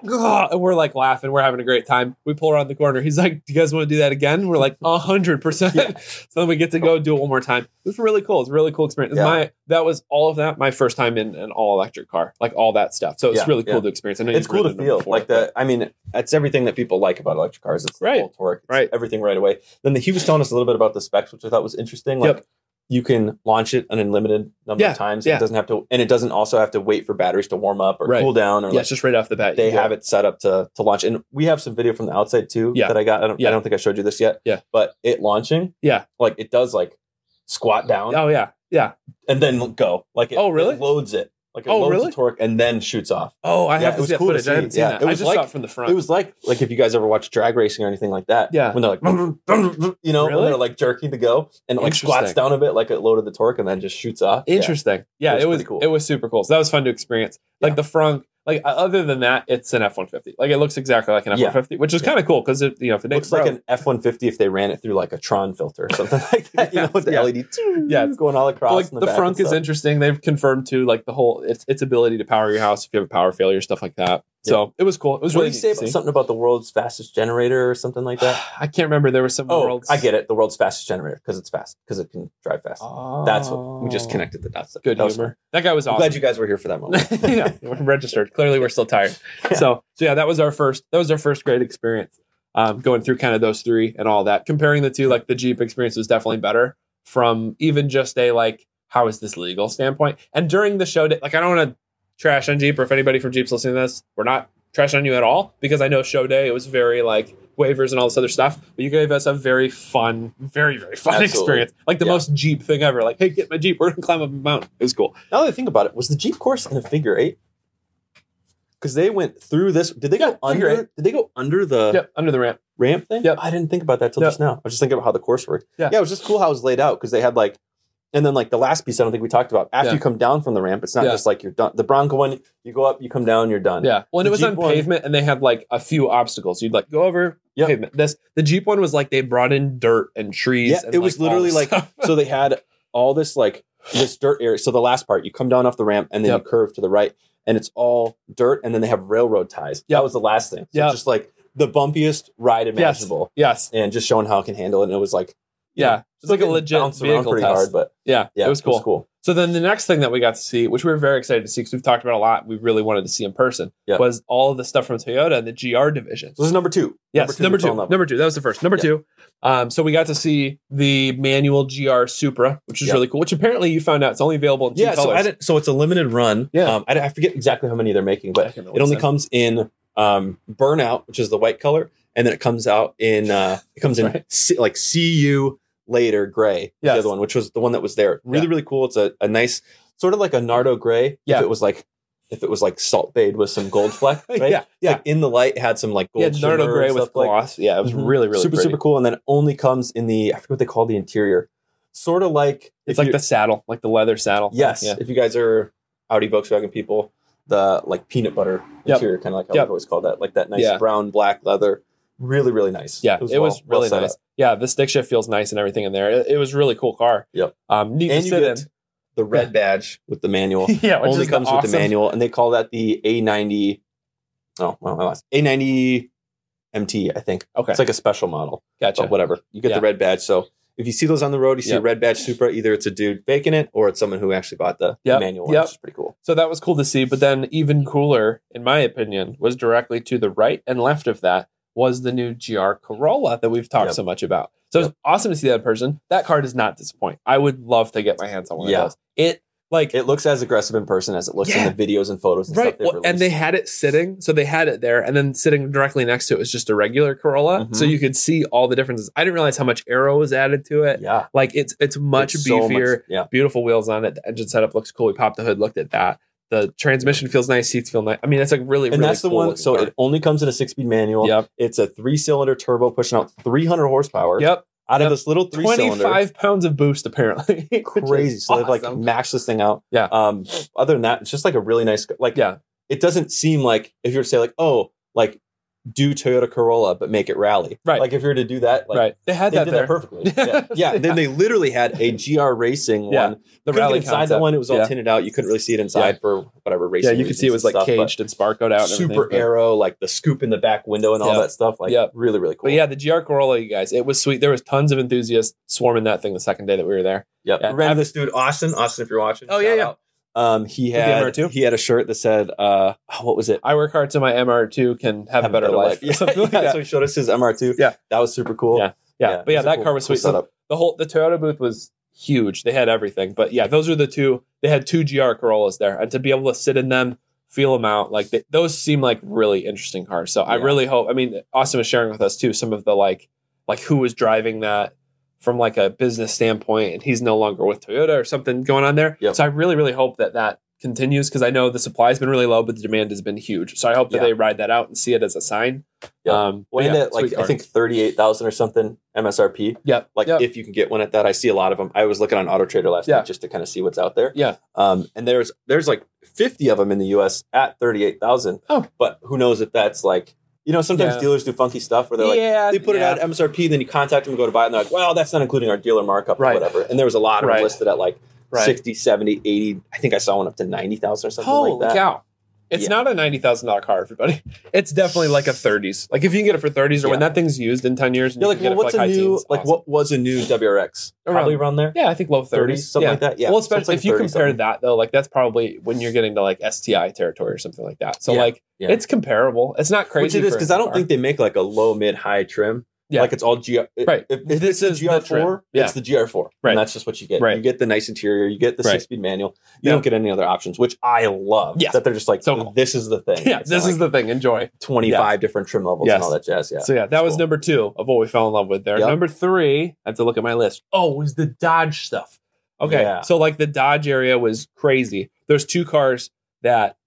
S1: and we're like laughing we're having a great time we pull around the corner he's like do you guys want to do that again we're like 100%
S2: Yeah.
S1: (laughs) so then we get to go do it one more time it was really cool it's a really cool experience
S2: Yeah.
S1: my that was all of that my first time in an all electric car like all that stuff so it's
S2: Yeah,
S1: really cool
S2: yeah.
S1: to experience I know
S2: it's
S1: you've
S2: cool to
S1: ridden them
S2: feel
S1: before,
S2: like that. I mean, that's everything that people like about electric cars. It's the
S1: Right.
S2: full torque, it's
S1: Right.
S2: Everything right away. Then the, he was telling us a little bit about the specs, which I thought was interesting. Like
S1: Yep.
S2: you can launch it an unlimited number
S1: Yeah,
S2: of times.
S1: yeah.
S2: It doesn't have to, and it doesn't also have to wait for batteries to warm up or
S1: Right.
S2: cool down. Or
S1: yeah
S2: like,
S1: it's just right off the bat
S2: they have it set up to to launch. And we have some video from the outside too
S1: Yeah.
S2: that I got. I don't,
S1: Yeah.
S2: I don't think I showed you this yet.
S1: Yeah.
S2: but it launching.
S1: Yeah.
S2: like it does like squat down
S1: oh yeah yeah
S2: and then go. Like it,
S1: Oh, really?
S2: it loads it. Like it
S1: Oh,
S2: loads
S1: really?
S2: the torque and then shoots off.
S1: oh i
S2: Yeah,
S1: have
S2: it
S1: to
S2: was
S1: see that
S2: cool to
S1: footage i haven't
S2: see.
S1: seen
S2: Yeah,
S1: that
S2: it
S1: i
S2: was
S1: just saw
S2: like-
S1: it from the front
S2: It was like like if you guys ever watch drag racing or anything like that.
S1: Yeah.
S2: When they're like you know, when
S1: Really?
S2: they're like jerking to go and it like squats
S1: Interesting.
S2: down a bit like it loaded the torque and then just shoots off. Yeah.
S1: Interesting. Yeah,
S2: It was
S1: it was
S2: pretty cool.
S1: it was super cool. So that was fun to experience. Like
S2: Yeah.
S1: the front, like uh, other than that, it's an F one fifty. Like it looks exactly like an F
S2: Yeah.
S1: one fifty, which is kind of cool because you know if it
S2: Looks
S1: ain't
S2: like
S1: broke-
S2: an F one fifty if they ran it through like a Tron filter or something (laughs) like that. You know, with the
S1: Yeah.
S2: (laughs) LED
S1: Yeah.
S2: it's going all across.
S1: like
S2: in
S1: the,
S2: the, back
S1: frunk
S2: and
S1: is
S2: stuff.
S1: interesting. They've confirmed too, like the whole its its ability to power your house if you have a power failure, stuff like that. So it was cool. It was
S2: What
S1: really
S2: did you say
S1: neat to
S2: about
S1: see.
S2: something about the world's fastest generator or something like that?
S1: (sighs) I can't remember. There was some
S2: Oh,
S1: worlds.
S2: I get it. The world's fastest generator because it's fast because it can drive fast. That's what we just
S1: Oh.
S2: connected the dots.
S1: Good
S2: That was
S1: humor.
S2: fun.
S1: That guy was
S2: I'm
S1: awesome.
S2: glad you guys were here for
S1: (laughs)
S2: that (laughs) moment.
S1: yeah, we're registered. Clearly, we're still tired. So, so yeah, that was our first. That was our first great experience. Um, going through kind of those three and all that, comparing the two, like the Jeep experience was definitely better from even just a like, how is this legal standpoint? And during the show, day, like I don't want to trash on Jeep or if anybody from Jeep's listening to this, we're not trash on you at all because I know show day it was very like waivers and all this other stuff, but you gave us a very fun, very very fun
S2: Absolutely.
S1: experience, like the
S2: Yeah.
S1: most Jeep thing ever. Like, hey, get my Jeep, we're gonna climb up a mountain. It was cool.
S2: Now that I think about it, was the Jeep course in a figure eight? Because they went through this. Did they go
S1: Yeah, figure
S2: under? Did they go under the
S1: Yep, under the ramp.
S2: ramp thing?
S1: Yep.
S2: I didn't think about that till
S1: Yep.
S2: just now. I was just thinking about how the course worked.
S1: Yeah.
S2: it was just cool how it was laid out because they had like, and then like the last piece I don't think we talked about. After
S1: Yeah.
S2: you come down from the ramp, it's not
S1: Yeah.
S2: just like you're done. The Bronco one, you go up, you come down, you're done.
S1: Yeah. Well, and
S2: The
S1: it was
S2: Jeep
S1: on
S2: one-
S1: pavement, and they had like a few obstacles. You'd like go over
S2: Yep.
S1: pavement. This the Jeep one was like they brought in dirt and trees.
S2: Yeah,
S1: and,
S2: it was
S1: all
S2: literally
S1: this
S2: like
S1: stuff. (laughs)
S2: so they had all this like this dirt area. So the last part, you come down off the ramp and then
S1: Yep.
S2: you curve to the right, and it's all dirt. And then they have railroad ties.
S1: Yep.
S2: That was the last thing. So
S1: Yep.
S2: just like the bumpiest ride imaginable,
S1: yes,
S2: and just showing how it can handle it. And it was like
S1: yeah, it's like a
S2: it
S1: legit
S2: bounced around
S1: vehicle
S2: pretty
S1: test.
S2: hard, but
S1: yeah,
S2: yeah,
S1: it was cool.
S2: cool.
S1: So then the next thing that we got to see, which we were very excited to see because we've talked about a lot, we really wanted to see in person,
S2: Yep.
S1: was all of the stuff from Toyota and the GR division.
S2: So this is number two.
S1: Yes, number
S2: we
S1: two,
S2: fell in
S1: number
S2: love
S1: two, That was the first. Number
S2: Yeah.
S1: two. Um, so we got to see the manual GR Supra, which is
S2: Yeah.
S1: really cool. Which apparently you found out it's only available in two
S2: yeah, so I
S1: colors.
S2: didn't, so it's a limited run.
S1: Yeah.
S2: um, I, I forget exactly how many they're making, but
S1: can't remember
S2: it
S1: what's
S2: only
S1: in.
S2: comes in um, burnout, which is the white color, and then it comes out in uh, it comes in
S1: Right.
S2: C, like CU later gray. Yeah,
S1: Yes.
S2: The other one, which was the one that was there, really
S1: Yeah.
S2: really cool. It's a, a nice sort of like a Nardo gray.
S1: Yeah.
S2: if it was like if it was like salt fade with some gold (laughs) fleck, right?
S1: Yeah,
S2: It's like in the light it had some like gold.
S1: yeah, Nardo
S2: shimmer
S1: gray
S2: and
S1: with mm-hmm.
S2: stuff like-
S1: gloss. yeah, it was
S2: Mhm.
S1: really really
S2: super
S1: pretty.
S2: super cool, and then it only comes in the I forget what they call the interior, sort of like
S1: It's
S2: if
S1: like
S2: you-
S1: the saddle, like the leather saddle.
S2: Yes,
S1: Yeah.
S2: if you guys are Audi Volkswagen people, the like peanut butter
S1: Yep.
S2: interior, kind of like how
S1: Yep.
S2: I've always called that, like that nice
S1: Yeah.
S2: brown black leather, really really nice.
S1: Yeah, it was,
S2: well- well
S1: really
S2: set
S1: nice.
S2: up.
S1: Yeah, the stick shift feels nice and everything in there. It, it was a really cool car.
S2: Yep.
S1: Um, neat
S2: And
S1: to
S2: you
S1: sit
S2: get
S1: (laughs)
S2: the red badge with the manual.
S1: in. yeah, which
S2: Only
S1: is
S2: comes with
S1: awesome-
S2: the manual, and they call that the A90. Oh, well, I lost A90 MT. I think
S1: Okay,
S2: it's like a special model,
S1: gotcha.
S2: but Oh, whatever. You get
S1: Yeah.
S2: the red badge, so. If you see those on the road, you see
S1: Yep.
S2: a red badge Supra. Either it's a dude faking it, or it's someone who actually bought the
S1: Yep.
S2: manual, one,
S1: Yep.
S2: which is pretty cool.
S1: so that was cool to see. But then even cooler, in my opinion, was directly to the right and left of that was the new GR Corolla that we've talked
S2: Yep.
S1: so much about. So it's awesome to see that in person. That car does not disappoint. I would love to get my hands on one
S2: Yeah.
S1: of those. It like
S2: It looks as aggressive in person as it looks
S1: Yeah.
S2: in the videos and photos and
S1: right
S2: stuff. they've
S1: well, and they
S2: released.
S1: had it sitting so they had it there and then sitting directly next to it was just a regular corolla
S2: Mhm.
S1: so you could see all the differences i didn't realize how much arrow was added to it
S2: yeah,
S1: like it's it's much
S2: It's so
S1: beefier
S2: yeah,
S1: beautiful wheels on it the engine setup looks cool we popped the hood looked at that The transmission feels nice. Seats feel nice. I mean, it's like really.
S2: and
S1: really
S2: that's the
S1: cool
S2: one.
S1: looking
S2: So
S1: car.
S2: it only comes in a six-speed manual.
S1: Yep.
S2: It's a three-cylinder turbo pushing out 300 horsepower
S1: Yep.
S2: out
S1: Yep.
S2: of this little three-cylinder.
S1: 25 pounds of boost apparently. (laughs) which is
S2: Crazy. So they've like
S1: awesome.
S2: maxed this thing out.
S1: Yeah.
S2: Um. Other than that, it's just like a really nice. Like
S1: Yeah.
S2: It doesn't seem like if you were to say like oh like do Toyota Corolla but make it rally
S1: Right.
S2: Like if you were to do that like
S1: right. They had
S2: they
S1: that
S2: did
S1: there.
S2: that perfectly. (laughs) Yeah.
S1: (laughs)
S2: yeah. Then they literally had a GR racing
S1: Yeah.
S2: one
S1: the
S2: couldn't get
S1: rally
S2: inside
S1: concept.
S2: that one. It was all
S1: Yeah.
S2: tinted out. You couldn't really see it inside
S1: Yeah.
S2: for whatever
S1: Yeah,
S2: racing.
S1: you could see it was
S2: reasons
S1: like
S2: and stuff,
S1: caged and sparcoed
S2: but
S1: out. And
S2: super
S1: everything, but-
S2: arrow, like the scoop in the back window and all
S1: Yeah.
S2: that stuff. Like
S1: Yeah.
S2: really, really cool.
S1: But yeah, the GR Corolla, you guys, it was sweet. There was tons of enthusiasts swarming that thing the second day that we were there.
S2: yep.
S1: Yeah.
S2: We ran into this dude Austin. Austin, if you're watching,
S1: Oh, yeah,
S2: shout
S1: yeah.
S2: out. Um, he
S1: the
S2: had
S1: MR2?
S2: he had a shirt that said, uh, oh, what was it?
S1: I work hard so my MR2 can have, a better, life.
S2: (laughs) Yeah,
S1: or (laughs) something like
S2: yeah,
S1: that.
S2: So he showed us his MR2.
S1: Yeah.
S2: that was super cool.
S1: Yeah. yeah, but yeah,
S2: it's a
S1: that
S2: cool-
S1: car was
S2: cool
S1: sweet. So
S2: setup.
S1: the whole the Toyota booth was huge. They had everything. But yeah, those are the two. They had two GR Corollas there, and to be able to sit in them, feel them out, like they, those seem like really interesting cars. So I
S2: Yeah.
S1: really hope. I mean, Austin was sharing with us too some of the like like who was driving that from like a business standpoint, and he's no longer with Toyota or something going on there.
S2: Yep.
S1: So I really really hope that that continues because I know the supply has been really low, but the demand has been huge. So I hope that
S2: Yeah.
S1: they ride that out and see it as a sign.
S2: Yep.
S1: Um, but
S2: Well, and
S1: yeah,
S2: that, like
S1: sweet
S2: I
S1: car.
S2: think thirty eight thousand or something MSRP.
S1: Yep.
S2: like
S1: Yep.
S2: if you can get one at that. I see a lot of them. I was looking on Auto Trader last
S1: Yeah.
S2: night just to kind of see what's out there.
S1: Yeah.
S2: Um, and there's there's like 50 of them in the U.S. at 38,000.
S1: Oh.
S2: but who knows if that's like you know sometimes
S1: Yeah.
S2: dealers do funky stuff where they're like
S1: yeah,
S2: they put
S1: yeah.
S2: it at MSRP, then you contact them to go to buy it, and they're like, well, that's not including our dealer markup
S1: Right.
S2: or whatever. And there was a lot of
S1: Right.
S2: them listed at like
S1: Right.
S2: 60, 70, 80. I think I saw one up to 90,000 or something
S1: Holy
S2: like that.
S1: cow. It's
S2: Yeah.
S1: not a ninety thousand dollar car, everybody. (laughs) It's definitely like a thirties. Like if you can get it for thirties, or when
S2: Yeah.
S1: that thing's used in ten years, and
S2: You're
S1: you
S2: like,
S1: can get
S2: well,
S1: it for,
S2: what's a
S1: high
S2: new
S1: teens,
S2: like
S1: awesome.
S2: what was a new WRX?
S1: Around-
S2: Probably around there,
S1: Yeah, I think low
S2: 30s,
S1: thirties,
S2: something like that. Yeah,
S1: Well,
S2: So it's
S1: especially
S2: like
S1: if you
S2: 30
S1: compare
S2: something.
S1: that though, like that's probably when you're getting to like STI territory or something like that. So
S2: Yeah.
S1: like
S2: Yeah.
S1: it's comparable. It's not
S2: Which
S1: crazy
S2: it is
S1: for a
S2: because I
S1: new
S2: don't
S1: car.
S2: think they make like a low, mid, high trim.
S1: Yeah.
S2: Like it's all GR.
S1: Right.
S2: If, if this is
S1: the
S2: GR4,
S1: trim. Yeah.
S2: it's the GR4.
S1: Right.
S2: And that's just what you get.
S1: Right.
S2: You get the nice interior. You get the
S1: Right.
S2: six speed manual. You
S1: Yeah.
S2: don't get any other options, which I love.
S1: Yes.
S2: That they're just like,
S1: So cool.
S2: this is the
S1: (laughs)
S2: thing.
S1: yeah, this is the thing. Enjoy.
S2: 25 different trim levels
S1: Yes.
S2: and all that jazz. Yeah.
S1: so yeah, that
S2: it's
S1: was
S2: cool.
S1: number two of what we fell in love with there.
S2: Yep.
S1: Number three, I have to look at my list. Oh, was the Dodge stuff. Okay,
S2: Yeah.
S1: so like the Dodge area was crazy. There's two cars that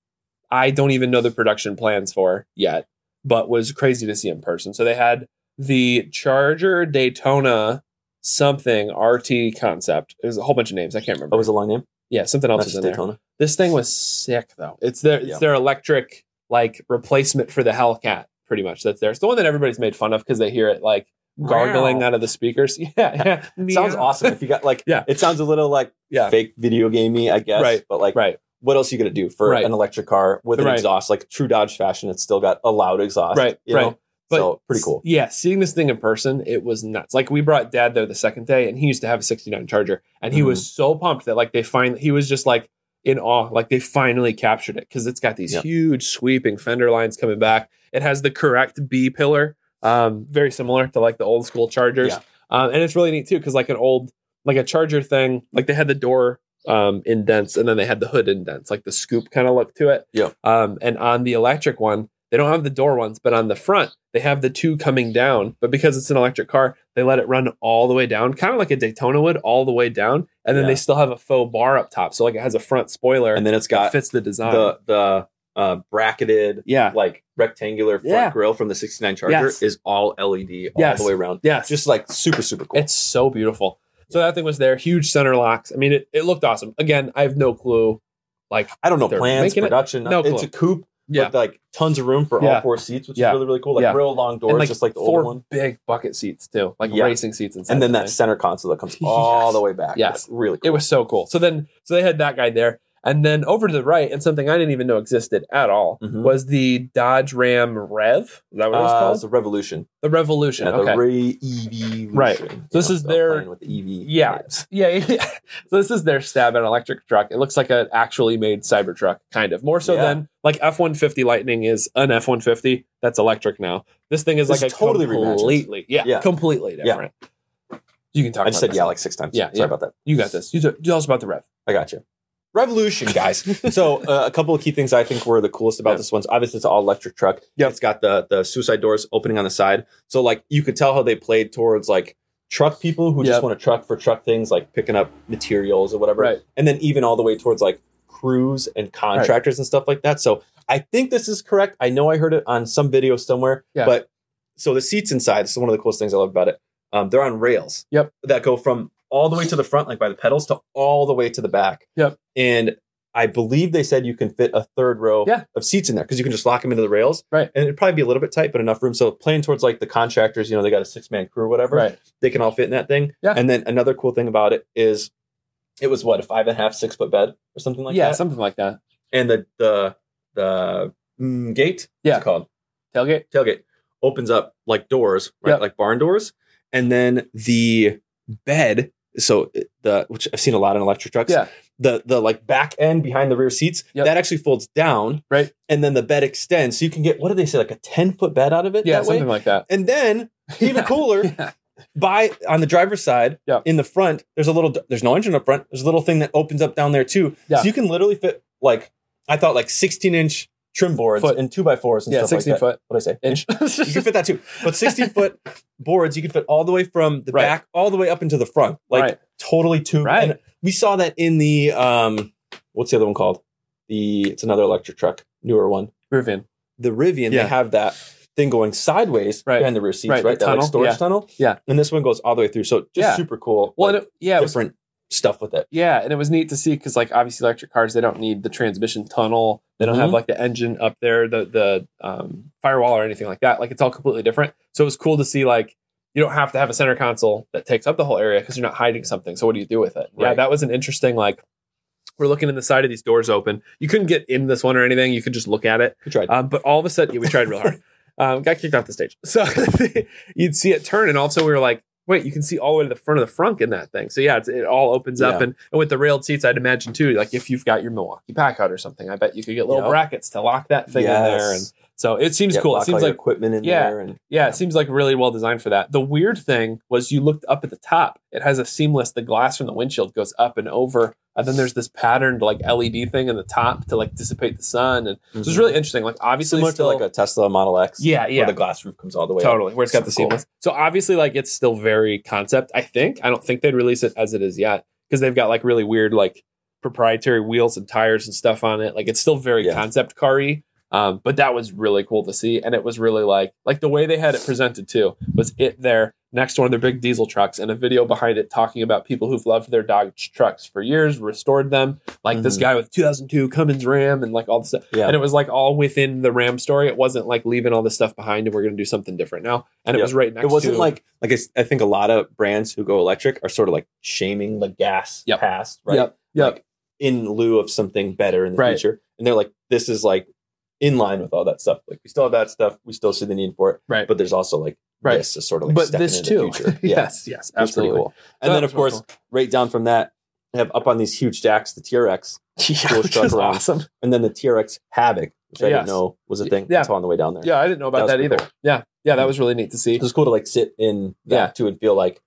S1: I don't even know the production plans for yet, but was crazy to see in person. So they had the Charger Daytona something RT concept. It was a whole bunch of names. I can't remember.
S2: Oh, was a long name?
S1: yeah, something else
S2: That's
S1: was
S2: just
S1: in there.
S2: Daytona.
S1: This thing was sick though. It's their
S2: Yeah.
S1: it's their electric like replacement for the Hellcat, pretty much. That's there. It's the one that everybody's made fun of because they hear it like gargling
S2: Meow.
S1: out of the speakers. (laughs) Yeah, yeah.
S2: Sounds
S1: Meow.
S2: awesome. If you got like,
S1: Yeah.
S2: it sounds a little like
S1: Yeah.
S2: fake video gamey, I guess.
S1: Right.
S2: But like,
S1: Right.
S2: what else are you going to do for
S1: Right.
S2: an electric car with an
S1: Right.
S2: exhaust? Like true Dodge fashion, it's still got a loud exhaust.
S1: Right,
S2: You
S1: right.
S2: Know? so pretty cool.
S1: Yeah, seeing this thing in person, it was nuts. Like we brought dad there the second day and he used to have a 69 charger and he was
S2: Mm-hmm.
S1: so pumped that like they finally he was just like in awe, like they finally captured it because it's got these
S2: Yeah.
S1: huge sweeping fender lines coming back. It has the correct B pillar, um, very similar to like the old school chargers.
S2: Yeah.
S1: Um, and it's really neat too, because like an old like a charger thing, like they had the door um indents and then they had the hood indents, like the scoop kind of look to it.
S2: Yeah.
S1: Um, and on the electric one, they don't have the door ones, but on the front, they have the two coming down. But because it's an electric car, they let it run all the way down, kind of like a Daytona would, all the way down. And then
S2: Yeah.
S1: they still have a faux bar up top. So, like, it has a front spoiler
S2: And then it's
S1: that
S2: got
S1: fits the design.
S2: the the uh, bracketed
S1: yeah.
S2: like rectangular front
S1: Yeah.
S2: grill from the 69 Charger
S1: Yes.
S2: is all LED all
S1: Yes.
S2: the way around.
S1: Yes.
S2: Just like super super cool.
S1: It's so beautiful. So, that thing was there. Huge center locks. I mean, it, it looked awesome. Again, I have no clue. Like,
S2: I don't know
S1: they're
S2: plans,
S1: making it-
S2: production.
S1: no
S2: it's
S1: clue.
S2: a coupe with like tons of room for
S1: Yeah.
S2: all four seats, which
S1: Yeah.
S2: is really really cool. Like
S1: Yeah.
S2: real long doors,
S1: and like,
S2: just like the
S1: four
S2: old one.
S1: big bucket seats, too, like
S2: Yeah.
S1: racing seats inside.
S2: And then
S1: the
S2: that
S1: thing.
S2: center console that
S1: (laughs)
S2: comes all
S1: Yes.
S2: the way back.
S1: Yes.
S2: Like, really
S1: it
S2: cool.
S1: was so cool. So then, so they had that guy there, and then over to the right, and something I didn't even know existed at all
S2: Mhm.
S1: was the Dodge Ram Rev. Is that what it was
S2: Uh,
S1: called?
S2: it's a revolution.
S1: the Revolution.
S2: Yeah,
S1: okay.
S2: The Ray EV.
S1: Right. This is their-
S2: with E the EV.
S1: Yeah. yeah, yeah, yeah. (laughs) So this is their stab at an electric truck. It looks like an actually made Cybertruck, kind of more so
S2: Yeah.
S1: than like F one fifty Lightning is an F one fifty that's electric now. This thing is
S2: This
S1: like
S2: is
S1: a
S2: totally reimagined.
S1: completely, yeah,
S2: Yeah.
S1: completely
S2: Yeah.
S1: different. You can talk.
S2: I just
S1: about
S2: said
S1: this.
S2: yeah like six times.
S1: Yeah,
S2: Sorry
S1: yeah.
S2: about that.
S1: You got this. You t- tell us about the Rev.
S2: I got you. Revolution, guys.
S1: (laughs)
S2: so uh, a couple of key things I think were the coolest about
S1: Yeah.
S2: this one's obviously it's an all electric truck.
S1: Yep.
S2: It's got the the suicide doors opening on the side. So like you could tell how they played towards like truck people who
S1: Yep.
S2: just want to truck for truck things like picking up materials or whatever.
S1: Right.
S2: And then even all the way towards like crews and contractors and stuff like that. So I think this is correct. I know I heard it on some video somewhere.
S1: Yeah.
S2: But so the seats inside, this is one of the coolest things I love about it. Um, they're on rails.
S1: Yep.
S2: That go from all the way to the front, like by the pedals, to all the way to the back.
S1: Yep.
S2: And I believe they said you can fit a third row
S1: Yeah.
S2: of seats in there because you can just lock them into the rails.
S1: Right.
S2: And it'd probably be a little bit tight, but enough room. So playing towards like the contractors, you know, they got a six man crew or whatever
S1: Right.
S2: they can all fit in that thing.
S1: Yeah.
S2: And then another cool thing about it is it was what a five and a half, six foot bed or something like
S1: yeah,
S2: that.
S1: something like that.
S2: and the the the mm, gate,
S1: Yeah.
S2: it's called
S1: Tailgate.
S2: tailgate, opens up like doors, right?
S1: Yep.
S2: Like barn doors. And then the bed, so it- the which I've seen a lot in electric trucks.
S1: Yeah.
S2: The the like back end behind the rear seats
S1: Yep.
S2: that actually folds down,
S1: Right.
S2: And then the bed extends, so you can get what did they say, like a ten foot bed out of it?
S1: Yeah,
S2: that way?
S1: something like
S2: (laughs)
S1: that.
S2: And then even
S1: (laughs)
S2: cooler,
S1: Yeah.
S2: by on the driver's side
S1: Yeah.
S2: in the front there's a little there's no engine up front there's a little thing that opens up down there too
S1: Yeah.
S2: so you can literally fit like i thought like 16 inch trim boards
S1: Foot.
S2: and 2 by 4s and
S1: Yeah,
S2: stuff
S1: 16
S2: like that (laughs)
S1: foot
S2: what did i say
S1: inch. (laughs)
S2: you can fit that too but 16 foot boards you can fit all the way from the
S1: Right.
S2: back all the way up into the front like
S1: Right.
S2: totally tube
S1: Right.
S2: and we saw that in the um what's the other one called the it's another electric truck newer one
S1: Rivian.
S2: the rivian
S1: Yeah.
S2: they have that thing going sideways
S1: Right.
S2: behind the rear seats
S1: Right,
S2: right,
S1: the
S2: That, like,
S1: tunnel.
S2: storage
S1: Yeah.
S2: tunnel
S1: Yeah.
S2: and this one goes all the way through so just
S1: Yeah.
S2: super cool
S1: Well,
S2: like,
S1: and it, yeah, it was
S2: different stuff with it
S1: Yeah, and it was neat to see because like obviously electric cars they don't need the transmission tunnel, they don't have
S2: Mhm.
S1: like the engine up there, the the um, firewall or anything like that. Like it's all completely different. So it was cool to see like you don't have to have a center console that takes up the whole area because you're not hiding something. So what do you do with it? Yeah,
S2: Right.
S1: that was an interesting like. We're looking in the side of these doors open. You couldn't get in this one or anything. You could just look at it.
S2: we tried
S1: Um, but all of a sudden, yeah, we tried real
S2: (laughs)
S1: hard. Um, got kicked off the stage. So (laughs) you'd see it turn, and also we were like, wait, you can see all the way to the front of the frunk in that thing. So yeah, it's, it all opens up,
S2: Yeah.
S1: and, and with the railed seats, I'd imagine too, like if you've got your Milwaukee Packard or something, I bet you could get little
S2: Yep.
S1: brackets to lock that thing in there. And so it seems cool. It seems like
S2: equipment in
S1: yeah.
S2: there and
S1: yeah, it seems like really well designed for that. The weird thing was you looked up at the top, it has a seamless, the glass from the windshield goes up and over. And then there's this patterned like LED thing in the top to like dissipate the sun. And so it's really interesting. Like obviously
S2: Mm-hmm. similar
S1: still-
S2: to like a tesla model x
S1: yeah, yeah.
S2: where the glass roof comes all the way up.
S1: Totally, where it's got the
S2: Super cool.
S1: seamless. So obviously, like it's still very concept. I think I don't think they'd release it as it is yet because they've got like really weird like proprietary wheels and tires and stuff on it. Like it's still very
S2: Yeah.
S1: concept car-y. Um, but that was really cool to see, and it was really like like the way they had it presented too was it there next to one of their big diesel trucks and a video behind it talking about people who've loved their Dodge trucks for years, restored them, like this
S2: Mhm.
S1: guy with 2002 Cummins Ram and like all this stuff
S2: yeah
S1: and it was like all within the Ram story. It wasn't like leaving all this stuff behind and we're going to do something different now. And it
S2: Yeah.
S1: was right next.
S2: it wasn't
S1: to,
S2: like like I, s- I think a lot of brands who go electric are sort of like shaming the gas
S1: Yep.
S2: past right
S1: Yep, yep.
S2: Like, in lieu of something better in the
S1: Right.
S2: future and they're like this is like in line with all that stuff like we still have that stuff we still see the need for it
S1: Right.
S2: but there's also like
S1: Right.
S2: this is sort of like
S1: but
S2: stepping
S1: this
S2: into the
S1: too. (laughs)
S2: future
S1: yes, yes,
S2: it's pretty
S1: absolutely.
S2: cool and
S1: That
S2: then
S1: was
S2: of course (laughs)
S1: really
S2: right down from that they have up on these huge jacks the trx
S1: Yeah,
S2: cool
S1: which
S2: stuff
S1: is
S2: around.
S1: awesome.
S2: and then the trx havoc which i
S1: Yes.
S2: didn't know was a thing
S1: Yeah.
S2: until on the way down there
S1: Yeah, I didn't know about
S2: That
S1: that,
S2: was pretty
S1: either.
S2: cool. Mm.
S1: Yeah, yeah, that was really neat to see.
S2: it was cool to like sit in that
S1: Yeah.
S2: too and feel like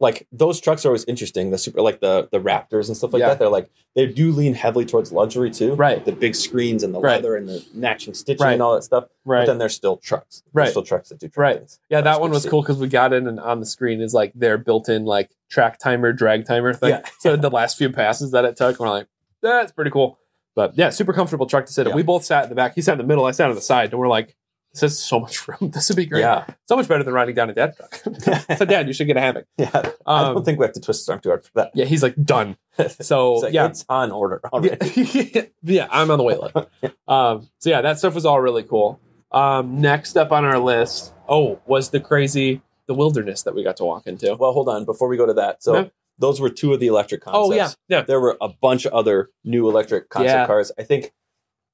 S2: like those trucks are always interesting. The super like the the Raptors and stuff like
S1: Yeah.
S2: that. They're like they do lean heavily towards luxury too.
S1: Right.
S2: The big screens and the
S1: Right.
S2: leather and the matching stitching
S1: Right.
S2: and all that stuff. But
S1: Right.
S2: then there's still trucks. There's
S1: Right.
S2: still trucks that do truck
S1: Right.
S2: things.
S1: Yeah, that
S2: That's
S1: one
S2: good
S1: was
S2: to
S1: cool because we got in and on the screen is like their built-in like track timer, drag timer thing.
S2: Yeah.
S1: so the last few passes that it took, we're like, that's pretty cool. But yeah, super comfortable truck to sit in.
S2: Yeah.
S1: We both sat in the back. He sat in the middle. I sat on the side, and we're like, this is so much room. (laughs) This would be great.
S2: Yeah.
S1: So much better than riding down a dad truck. (laughs) so dad, you should get a hammock.
S2: yeah. (laughs) I
S1: Um,
S2: don't think we have to twist his arm too hard for that.
S1: yeah, he's like done.
S2: (laughs) It's
S1: So
S2: like,
S1: yeah,
S2: It's on order (laughs) already.
S1: yeah, (laughs) yeah, I'm on the
S2: (laughs)
S1: wait list. Um, so yeah, that stuff was all really cool. Um, next up on our list, oh, was the crazy the wilderness that we got to walk into.
S2: Well, hold on before we go to that. So
S1: Okay.
S2: those were two of the electric concepts.
S1: oh yeah, yeah,
S2: there were a bunch of other new electric concept
S1: Yeah.
S2: cars. I think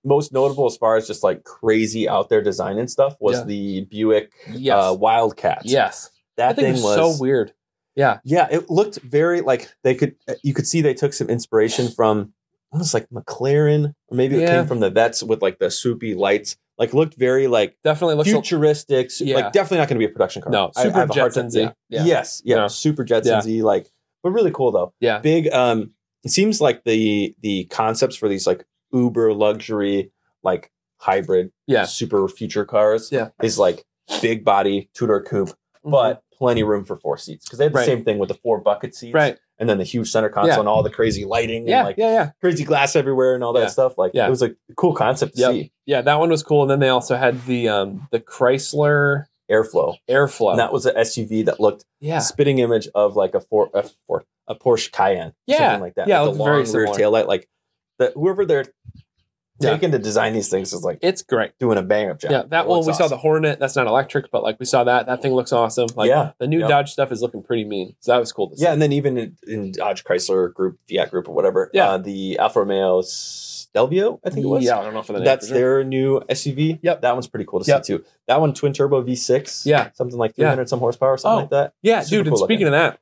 S2: most notable as far as just like crazy out there design and stuff was
S1: Yeah.
S2: the Buick
S1: yes,
S2: uh, Wildcat.
S1: yes.
S2: that
S1: That thing was so weird. Yeah,
S2: Yeah, it looked very like they could. uh, You could see they took some inspiration from almost like McLaren, or maybe it
S1: Yeah.
S2: came from the vets with like the swoopy lights. Like looked very like
S1: definitely looks. a-
S2: futuristic. su-
S1: Yeah.
S2: Like definitely not going to be a production car.
S1: no, super
S2: have a hard time-
S1: Jetsons.
S2: yeah. Yes, yeah,
S1: Yeah.
S2: super Jetsons y like, but really cool though.
S1: Yeah.
S2: big. Um, it seems like the the concepts for these like uber luxury like hybrid
S1: Yeah.
S2: super future cars
S1: Yeah. Mm-hmm.
S2: is like big body two door coupe, but plenty room for four seats because they had the
S1: Right.
S2: same thing with the four bucket seats.
S1: right,
S2: and then the huge center console
S1: Yeah.
S2: and all the crazy lighting
S1: Yeah,
S2: and like
S1: yeah, yeah,
S2: crazy glass everywhere and all that
S1: Yeah.
S2: stuff. Like
S1: Yeah.
S2: it was a cool concept to
S1: Yep.
S2: see.
S1: yeah. That one was cool, and then they also had the um the Chrysler
S2: Airflow.
S1: Airflow.
S2: And that was an SUV that looked
S1: yeah,
S2: spitting image of like a Ford, a, Ford, a Porsche Cayenne, or
S1: Yeah.
S2: something like that.
S1: Yeah, it
S2: like
S1: looked
S2: the
S1: very
S2: long rear
S1: similar.
S2: tail light. Like the, whoever they're
S1: Yeah.
S2: taking to design these things is like
S1: it's great.
S2: doing a bang up job.
S1: Yeah, that
S2: It
S1: one
S2: looks
S1: we saw the
S2: awesome.
S1: Hornet. That's not electric, but like we saw that. That thing looks awesome. Like
S2: yeah,
S1: the new
S2: Yep.
S1: Dodge stuff is looking pretty mean. So that was cool to see.
S2: yeah, and then even in, in Dodge Chrysler Group, Fiat Group, or whatever.
S1: Yeah.
S2: uh, the Alfa Romeo Stelvio, I think it was.
S1: Yeah, I don't know for the name
S2: That's
S1: for sure.
S2: their new SUV.
S1: Yep.
S2: that one's pretty cool to
S1: Yep.
S2: see too. That one twin turbo V6.
S1: Yeah.
S2: something like
S1: Yeah.
S2: 300 some horsepower, something
S1: Oh.
S2: like that.
S1: Yeah,
S2: Super
S1: dude. And
S2: cool looking.
S1: speaking of that,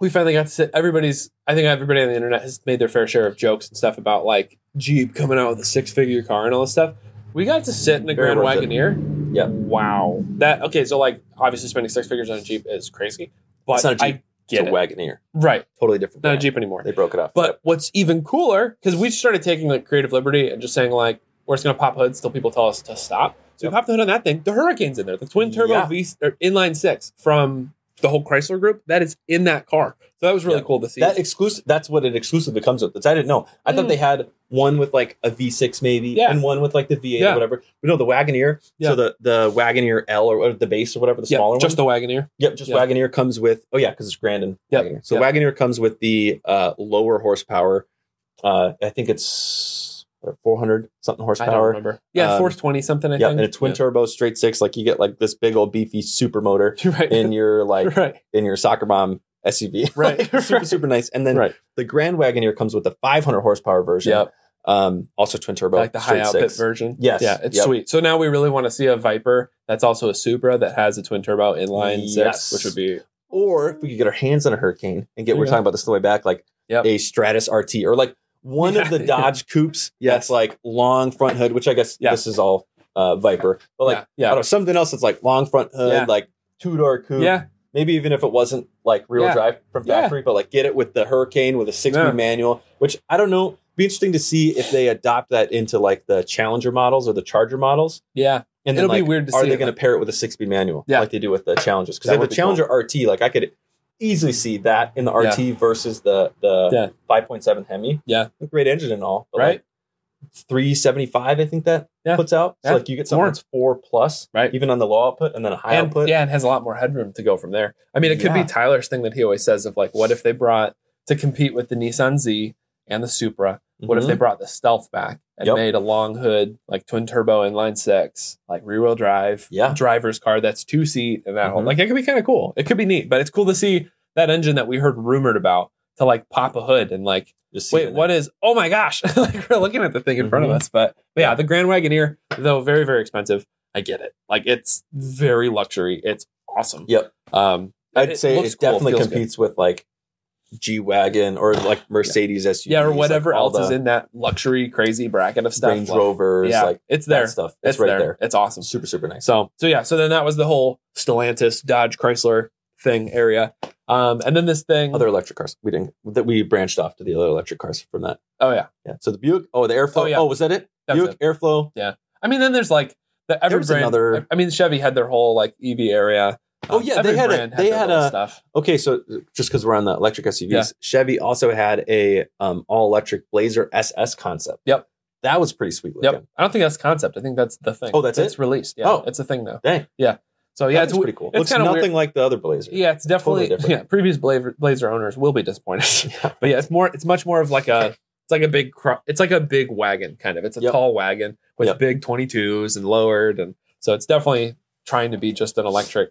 S1: we finally got to sit. Everybody's, I think everybody on the internet has made their fair share of jokes and stuff about like Jeep coming out with a six figure car and all this stuff. We got to sit in a
S2: Very
S1: Grand
S2: worth it.
S1: Wagoneer.
S2: Yep.
S1: Wow. That okay. So like, obviously, spending six figures on a Jeep is crazy. But
S2: It's not a
S1: I
S2: Jeep. It's
S1: get
S2: a
S1: it.
S2: Wagoneer,
S1: Right.
S2: totally different.
S1: Not a
S2: brand.
S1: Jeep anymore.
S2: They broke it up.
S1: But what's even cooler, because we started taking like creative liberty and just saying like we're just gonna pop hoods till people tell us to stop. So
S2: Yep.
S1: we popped the hood on that thing. The Hurricane's in there. The twin turbo
S2: Yeah.
S1: V or inline six from the whole Chrysler group that is in that car. So that was really
S2: Yeah.
S1: cool to see.
S2: That exclusive. That's what an exclusive comes with. That's, I didn't know. I
S1: Mm.
S2: thought they had one with like a V6 maybe,
S1: Yeah.
S2: and one with like the V8
S1: Yeah.
S2: or whatever. But no, the Wagoneer.
S1: Yeah.
S2: So the the Wagoneer L or, or the base or whatever the
S1: yeah,
S2: smaller
S1: just
S2: one.
S1: the Wagoneer.
S2: yep, just
S1: yeah.
S2: Wagoneer comes with. Oh yeah, because it's Grand and
S1: Yep.
S2: Wagoneer. So
S1: Yep.
S2: Wagoneer comes with the uh, lower horsepower. Uh, I think it's what, 400
S1: I
S2: something
S1: don't
S2: horsepower.
S1: remember. Yeah,
S2: Um,
S1: force twenty something. I
S2: Yeah,
S1: think.
S2: and a twin
S1: yeah.
S2: turbo straight six. Like you get like this big old beefy super motor
S1: (laughs) You're Right.
S2: in your
S1: (laughs)
S2: like
S1: You're right.
S2: in your soccer mom SUV.
S1: Right,
S2: Like, (laughs) super,
S1: right.
S2: super nice. And then
S1: Right.
S2: the Grand Wagoneer comes with the 500 horsepower version.
S1: Yep.
S2: Um, also twin turbo.
S1: like the high
S2: straight
S1: outpit
S2: six.
S1: version.
S2: Yes.
S1: Yeah, it's
S2: Yep.
S1: sweet. So now we really want to see a Viper that's also a Supra that has a twin turbo inline six,
S2: Yes.
S1: which would be
S2: Or if we could get our hands on a Hurricane and get, we we're
S1: Yeah.
S2: talking about this on the way back, like
S1: Yep.
S2: a Stratus RT or like one of
S1: Yeah. (laughs)
S2: the Dodge coupes that's like long front hood, which I guess
S1: Yeah.
S2: this is all uh, Viper, but like,
S1: yeah,
S2: I don't know, something else that's like long front hood,
S1: Yeah.
S2: like two door coupe.
S1: yeah.
S2: Maybe even if it wasn't like rear wheel
S1: Yeah.
S2: drive from
S1: Yeah.
S2: factory, but like get it with the Hurricane with a six speed
S1: Yeah.
S2: manual, which I don't know. Be interesting to see if they adopt that into like the Challenger models or the Charger models.
S1: Yeah,
S2: And then
S1: it'll
S2: like,
S1: be weird to
S2: are
S1: see.
S2: they
S1: it,
S2: going to
S1: like-
S2: pair it with a six speed manual
S1: Yeah.
S2: like they do with the Challengers?
S1: That
S2: Because
S1: would
S2: with
S1: be
S2: the Challenger RT, like I could easily see that in the RT versus the the
S1: Yeah.
S2: 5.7 Hemi.
S1: Yeah.
S2: great engine and all, but
S1: Right.
S2: Like, 375, I think that
S1: Yeah.
S2: puts out. So
S1: Yeah.
S2: like you get something
S1: More.
S2: that's four plus,
S1: Right.
S2: Even on the low output and then a high
S1: and
S2: output.
S1: yeah, and has a lot more headroom to go from there. I mean, it could
S2: Yeah.
S1: be Tyler's thing that he always says of like, what if they brought to compete with the Nissan Z and the Supra? What if
S2: Mhm.
S1: they brought the Stealth back and
S2: Yep.
S1: made a long hood, like twin turbo inline six, like rear wheel drive,
S2: Yeah.
S1: driver's car that's two seat and that whole
S2: Mhm.
S1: like it could be kind of cool. It could be neat, but it's cool to see that engine that we heard rumored about to like pop a hood and like
S2: Just see it
S1: Wait,
S2: in
S1: what is? Oh my gosh! (laughs) like we're looking at the thing in front of
S2: Mhm.
S1: us, but, but yeah, the Grand Wagoneer, though very very expensive, I get it. Like it's very luxury. It's awesome.
S2: Yep.
S1: Um,
S2: there. I'd
S1: it
S2: say
S1: looks
S2: it,
S1: cool,
S2: definitely
S1: feels good.
S2: competes with like G wagon or like Mercedes SUVs,
S1: yeah, or
S2: like,
S1: whatever
S2: all
S1: else is
S2: the
S1: in that luxury crazy bracket of stuff.
S2: Range
S1: like,
S2: Rovers,
S1: yeah,
S2: like
S1: it's there.
S2: that
S1: It's,
S2: stuff. It's, right
S1: there.
S2: there.
S1: It's awesome.
S2: Super super nice.
S1: So so yeah. So then that was the whole Stellantis, Dodge, Chrysler thing area. Um, and then this thing.
S2: other electric cars. We didn't that we branched off to the other electric cars from that.
S1: oh yeah.
S2: Yeah. So the Buick. Oh, the Airflow.
S1: Oh,
S2: Oh,
S1: yeah.
S2: was that it?
S1: That was
S2: Buick Airflow.
S1: I mean, then there's like the every
S2: was
S1: brand.
S2: another-
S1: I mean, Chevy had their whole like EV area.
S2: Oh,
S1: Um,
S2: yeah,
S1: every
S2: they had a-
S1: brand
S2: they
S1: their
S2: had
S1: little
S2: a-
S1: stuff.
S2: Okay, so just because we're on the electric SUVs,
S1: Yeah.
S2: Chevy also had a um, all electric Blazer SS concept.
S1: Yep.
S2: That was pretty sweet looking.
S1: Yep. I don't think that's concept. I think that's the thing.
S2: Oh, that's
S1: it's
S2: it?
S1: released. Yeah.
S2: Oh.
S1: It's a thing now.
S2: Dang.
S1: Yeah. So
S2: That
S1: yeah, it's
S2: was
S1: w-
S2: pretty cool.
S1: it's
S2: Looks
S1: kinda
S2: nothing
S1: weird.
S2: like the other Blazer.
S1: yeah, it's definitely
S2: Totally
S1: yeah,
S2: different.
S1: previous Blazer, Blazer owners will be disappointed.
S2: (laughs) Yeah.
S1: but yeah, it's more it's much more of like a it's like a big cro- it's like a big wagon kind of. It's a
S2: Yep.
S1: tall wagon with
S2: Yep.
S1: big 22s and lowered and so it's definitely trying to be just an electric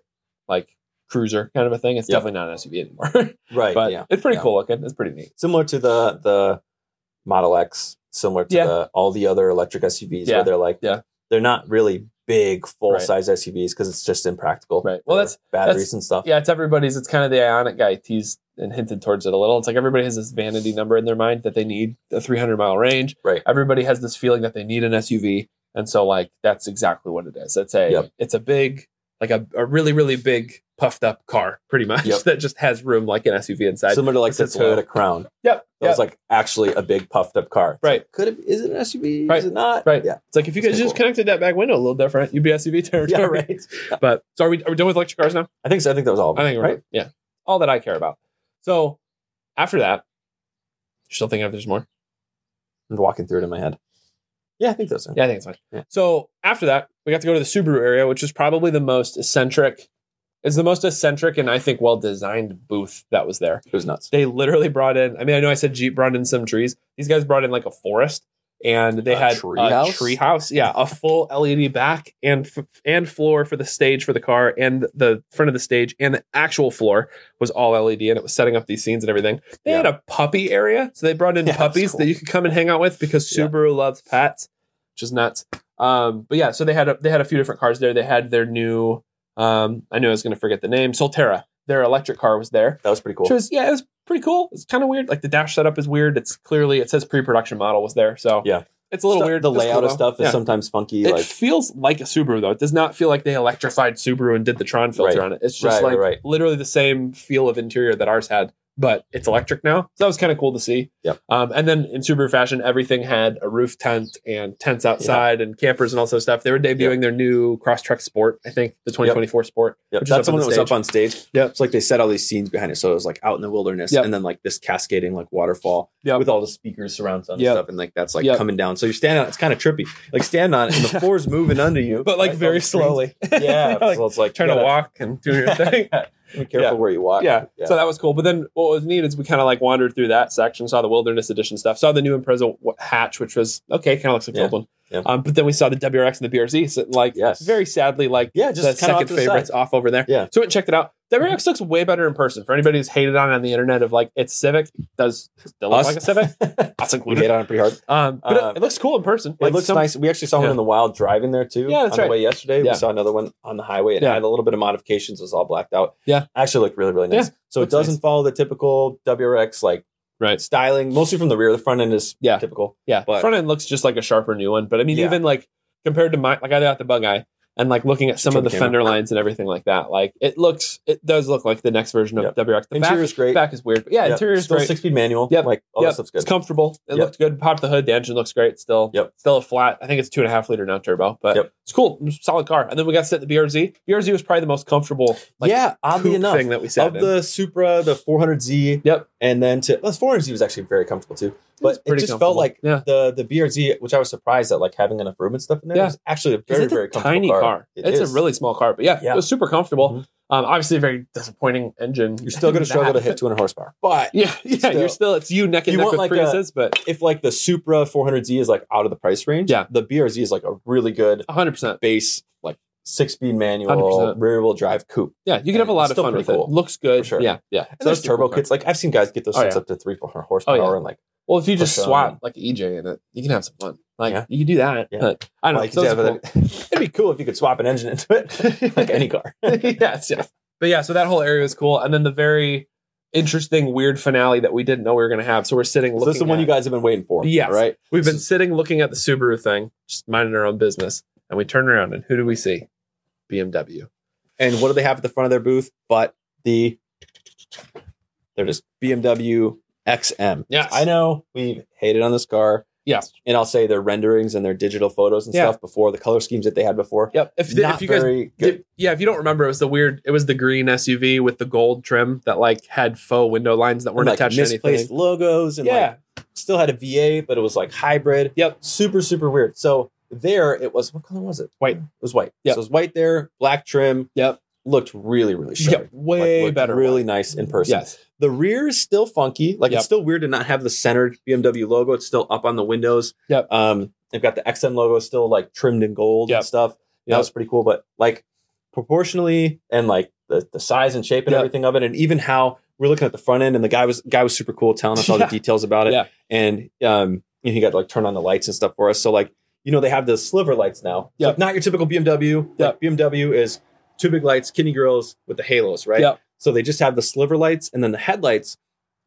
S1: like cruiser kind of a thing. It's
S2: Yep.
S1: definitely not an SUV anymore. (laughs)
S2: Right.
S1: but
S2: yeah.
S1: it's pretty
S2: Yeah.
S1: cool looking. It's pretty neat.
S2: Similar to the the Model X, similar to
S1: Yeah.
S2: the, all the other electric SUVs
S1: Yeah.
S2: where they're like
S1: Yeah.
S2: they're not really big full size SUVs because it's just impractical.
S1: Right. Well,
S2: for
S1: that's-
S2: batteries
S1: that's-
S2: and stuff.
S1: yeah, it's everybody's. It's kind of the ionic guy teased and hinted towards it a little. It's like everybody has this vanity number in their mind that they need a 300 mile range.
S2: Right.
S1: Everybody has this feeling that they need an SUV, and so like that's exactly what it is. It's a
S2: Yep.
S1: it's a big like a, a really really big puffed up car, pretty much
S2: Yep.
S1: that just has room like an SUV inside.
S2: similar to like the
S1: It's a Toyota.
S2: Toyota Crown.
S1: yep.
S2: That
S1: yep.
S2: was like actually a big puffed up car. It's
S1: Right.
S2: like, could it, is it an SUV?
S1: Right.
S2: Is it not?
S1: Right. (laughs)
S2: Yeah.
S1: it's like if you
S2: It's
S1: guys
S2: kinda
S1: just
S2: cool.
S1: connected that back window a little different, you'd be SUV territory.
S2: Yeah, right.
S1: (laughs) But so are we? Are we done with electric cars now?
S2: I think so. I think that was all. Of
S1: I
S2: it,
S1: think we're
S2: right.
S1: Yeah. All that I care about. So After that, you're still thinking if there's more.
S2: I'm walking through it in my head. Yeah, I think those are.
S1: Yeah, I think it's fine.
S2: Yeah.
S1: So after that, we got to go to the Subaru area, which is probably the most eccentric. It's the most eccentric and I think well designed booth that was there.
S2: It was nuts.
S1: They literally brought in. I mean, I know I said Jeep brought in some trees. These guys brought in like a forest, and they
S2: A
S1: had
S2: tree
S1: a
S2: house?
S1: tree house. Yeah, a full (laughs) LED back and f- and floor for the stage for the car, and the front of the stage and the actual floor was all LED, and it was setting up these scenes and everything. They
S2: Yeah.
S1: had a puppy area, so they brought in
S2: (laughs) Yeah, that's
S1: puppies
S2: cool.
S1: that you could come and hang out with because
S2: Yeah.
S1: Subaru loves pets, which is nuts. Um, but yeah, so they had a, they had a few different cars there. They had their new. Um, I knew I was going to forget the name. Solterra. Their electric car was there.
S2: That was pretty cool.
S1: Which was yeah, it was pretty cool. It's kind of weird. Like the dash setup is weird. It's clearly it says pre-production model was there, so
S2: Yeah.
S1: it's a little
S2: Stuff-
S1: weird.
S2: The
S1: It's
S2: layout
S1: cool,
S2: of
S1: though.
S2: stuff is
S1: Yeah.
S2: sometimes funky.
S1: It
S2: like
S1: feels like a Subaru though. It does not feel like they electrified Subaru and did the Tron filter
S2: Right.
S1: on it. It's just
S2: Right,
S1: like
S2: right, right.
S1: literally the same feel of interior that ours had, but it's electric now. So that was kind of cool to see.
S2: Yep.
S1: Um, and then in Subaru fashion, everything had a roof tent and tents outside and campers and all sorts of stuff. They were debuting their new Crosstrek Sport, I think the 2024 Sport.
S2: Yep,
S1: which is up
S2: that's the
S1: on
S2: one
S1: the
S2: that was up on stage.
S1: Yep.
S2: It's like they set all these scenes behind it. So it was like out in the wilderness
S1: Yep.
S2: and then like this cascading like waterfall
S1: Yep.
S2: with all the speakers surround sound
S1: Yep.
S2: and stuff. And like that's like
S1: Yep.
S2: coming down. So you're standing on it's kind of trippy. Like stand on
S1: (laughs)
S2: it and the floor's moving under you.
S1: But like
S2: right? All
S1: very
S2: the screens. (laughs)
S1: slowly.
S2: Yeah.
S1: (laughs) Like,
S2: so it's like
S1: trying
S2: you
S1: to
S2: gotta
S1: walk and do
S2: (laughs)
S1: your thing.
S2: Be careful
S1: Yeah.
S2: where you walk.
S1: yeah.
S2: Yeah.
S1: So that was cool. But then what was neat is we kind of like wandered through that section, saw the Wilderness Edition stuff, saw the new Impreza w- hatch, which was okay, kind of looks like the
S2: Yeah.
S1: old one.
S2: Yeah.
S1: Um, but then we saw the WRX and the BRZ, so like
S2: Yes.
S1: very sadly, like
S2: Yeah, just
S1: the
S2: kinda off
S1: second
S2: to the
S1: favorites
S2: side.
S1: off over there.
S2: Yeah.
S1: So we went and checked it out. WRX looks way better in person. For anybody who's hated on it on the internet of like it's Civic does still look
S2: Us?
S1: like a
S2: (laughs)
S1: Civic, (laughs) us
S2: we hit
S1: included.
S2: on it pretty hard.
S1: Um, but
S2: Um,
S1: it, it looks cool in person.
S2: It looks
S1: some-
S2: nice. We actually saw one
S1: Yeah.
S2: in the wild driving there too.
S1: Yeah, that's
S2: on the
S1: right.
S2: way yesterday.
S1: Yeah.
S2: We saw another one on the highway. It
S1: Yeah.
S2: had a little bit of modifications. It was all blacked out.
S1: Yeah.
S2: Actually looked really, really nice. So it
S1: Looks nice.
S2: doesn't follow the typical WRX like
S1: Right.
S2: styling, mostly from the rear. The front end is
S1: Yeah.
S2: typical.
S1: Yeah,
S2: But-
S1: front end looks just like a sharper new one. But I mean,
S2: Yeah.
S1: even like compared to my, like I got the bug eye and like looking at some
S2: Turn
S1: of the
S2: the camera.
S1: fender lines and everything like that, like it looks, it does look like the next version of
S2: Yep.
S1: WRX. The
S2: Interior
S1: back,
S2: is great.
S1: back is weird, but yeah, interior is
S2: still
S1: great.
S2: six speed manual.
S1: Yep.
S2: Like all
S1: Yep.
S2: that stuff's
S1: It's
S2: good.
S1: comfortable. It
S2: Yep.
S1: looked good. Pop the hood. The engine looks great. Still,
S2: Yep.
S1: still a flat. I think it's two and a half liter now turbo, but
S2: Yep.
S1: it's cool. Solid car. And then we got to sit in the BRZ. BRZ was probably the most comfortable. Like,
S2: yeah, oddly
S1: coupe
S2: enough,
S1: thing that we sat
S2: of
S1: in.
S2: the Supra, the 400Z,
S1: Yep.
S2: and then to well, the 400Z was actually very comfortable too. But it
S1: pretty
S2: just felt
S1: comfortable.
S2: like
S1: Yeah.
S2: the the BRZ, which I was surprised at, like having enough room and stuff in there,
S1: Yeah.
S2: was actually a
S1: It's
S2: very very comfortable
S1: tiny car.
S2: It
S1: it's
S2: is.
S1: a really small car, but yeah,
S2: Yeah.
S1: it was super comfortable.
S2: Mhm.
S1: Um, obviously, a very disappointing engine. (laughs)
S2: You're still going to
S1: That-
S2: struggle to hit 200 horsepower, but
S1: Yeah, yeah,
S2: Still.
S1: you're still it's you neck and
S2: You
S1: neck with
S2: want like a-
S1: Priuses, but
S2: if like the Supra 400Z is like out of the price range,
S1: Yeah.
S2: the BRZ is like a really good
S1: 100. percent
S2: base, like six speed manual,
S1: 100%.
S2: rear wheel drive coupe.
S1: Yeah, you can have a
S2: It's
S1: lot of
S2: still
S1: fun with
S2: pretty
S1: it.
S2: cool.
S1: Looks good.
S2: For sure.
S1: Yeah, yeah.
S2: And
S1: that's
S2: there's
S1: a cool
S2: turbo
S1: car.
S2: kits. Like I've seen guys get those
S1: Oh,
S2: things
S1: yeah.
S2: up to 300 horsepower
S1: Oh, yeah.
S2: and like
S1: Well, if you just
S2: Push
S1: swap
S2: on.
S1: like EJ in it, you can have some fun. Like
S2: Yeah.
S1: you can do that.
S2: Yeah.
S1: But I don't
S2: Like,
S1: know.
S2: yeah,
S1: those are
S2: but (laughs) It'd be cool if you could swap an engine into it, (laughs) like
S1: (laughs)
S2: any car.
S1: cool. yes, yes. But yeah, so that whole area was cool, and then the very interesting, weird finale that we didn't know we were going to have. So we're sitting.
S2: So
S1: looking
S2: this is the one
S1: at-
S2: you guys have been waiting for.
S1: Yes.
S2: Right?
S1: We've been
S2: This
S1: sitting looking at the Subaru thing, just minding our own business, and we turn around and who do we see? BMW.
S2: And what do they have at the front of their booth? But the they're just BMW XM.
S1: Yes.
S2: I know we've hated on this car.
S1: Yes.
S2: And I'll say their renderings and their digital photos and
S1: Yeah.
S2: stuff before the color schemes that they had before.
S1: Yep. If, the-
S2: not
S1: if you guys
S2: very good.
S1: Did- yeah, if you don't remember, it was the weird. It was the green SUV with the gold trim that like had faux window lines that
S2: We're
S1: weren't
S2: like
S1: attached to
S2: misplaced
S1: anything.
S2: logos and
S1: Yeah,
S2: like still had a VA, but it was like hybrid.
S1: Yep.
S2: Super, super weird. So there it was what color was it?
S1: White.
S2: It was white.
S1: Yep.
S2: So it was white there, black trim.
S1: Yep.
S2: Looked really, really sharp.
S1: yeah, way
S2: looked
S1: better.
S2: Really nice in person.
S1: yes,
S2: The rear is still funky. Like
S1: Yep.
S2: it's still weird to not have the centered BMW logo. It's still up on the windows.
S1: Yep.
S2: Um, they've got the XM logo still like trimmed in gold
S1: Yep.
S2: and stuff. That
S1: Yep.
S2: was pretty cool. But like proportionally and like the, the size and shape and
S1: Yep.
S2: everything of it, and even how we're looking at the front end, and the guy was guy was super cool telling us all the
S1: (laughs) Yeah.
S2: details about it.
S1: Yeah.
S2: And um and he got to, like turn on the lights and stuff for us. So like, you know, they have the sliver lights now.
S1: Yep.
S2: So, like, not your typical BMW. Like, BMW is two big lights, kidney grills with the halos, right?
S1: Yep.
S2: So they just have the sliver lights and then the headlights,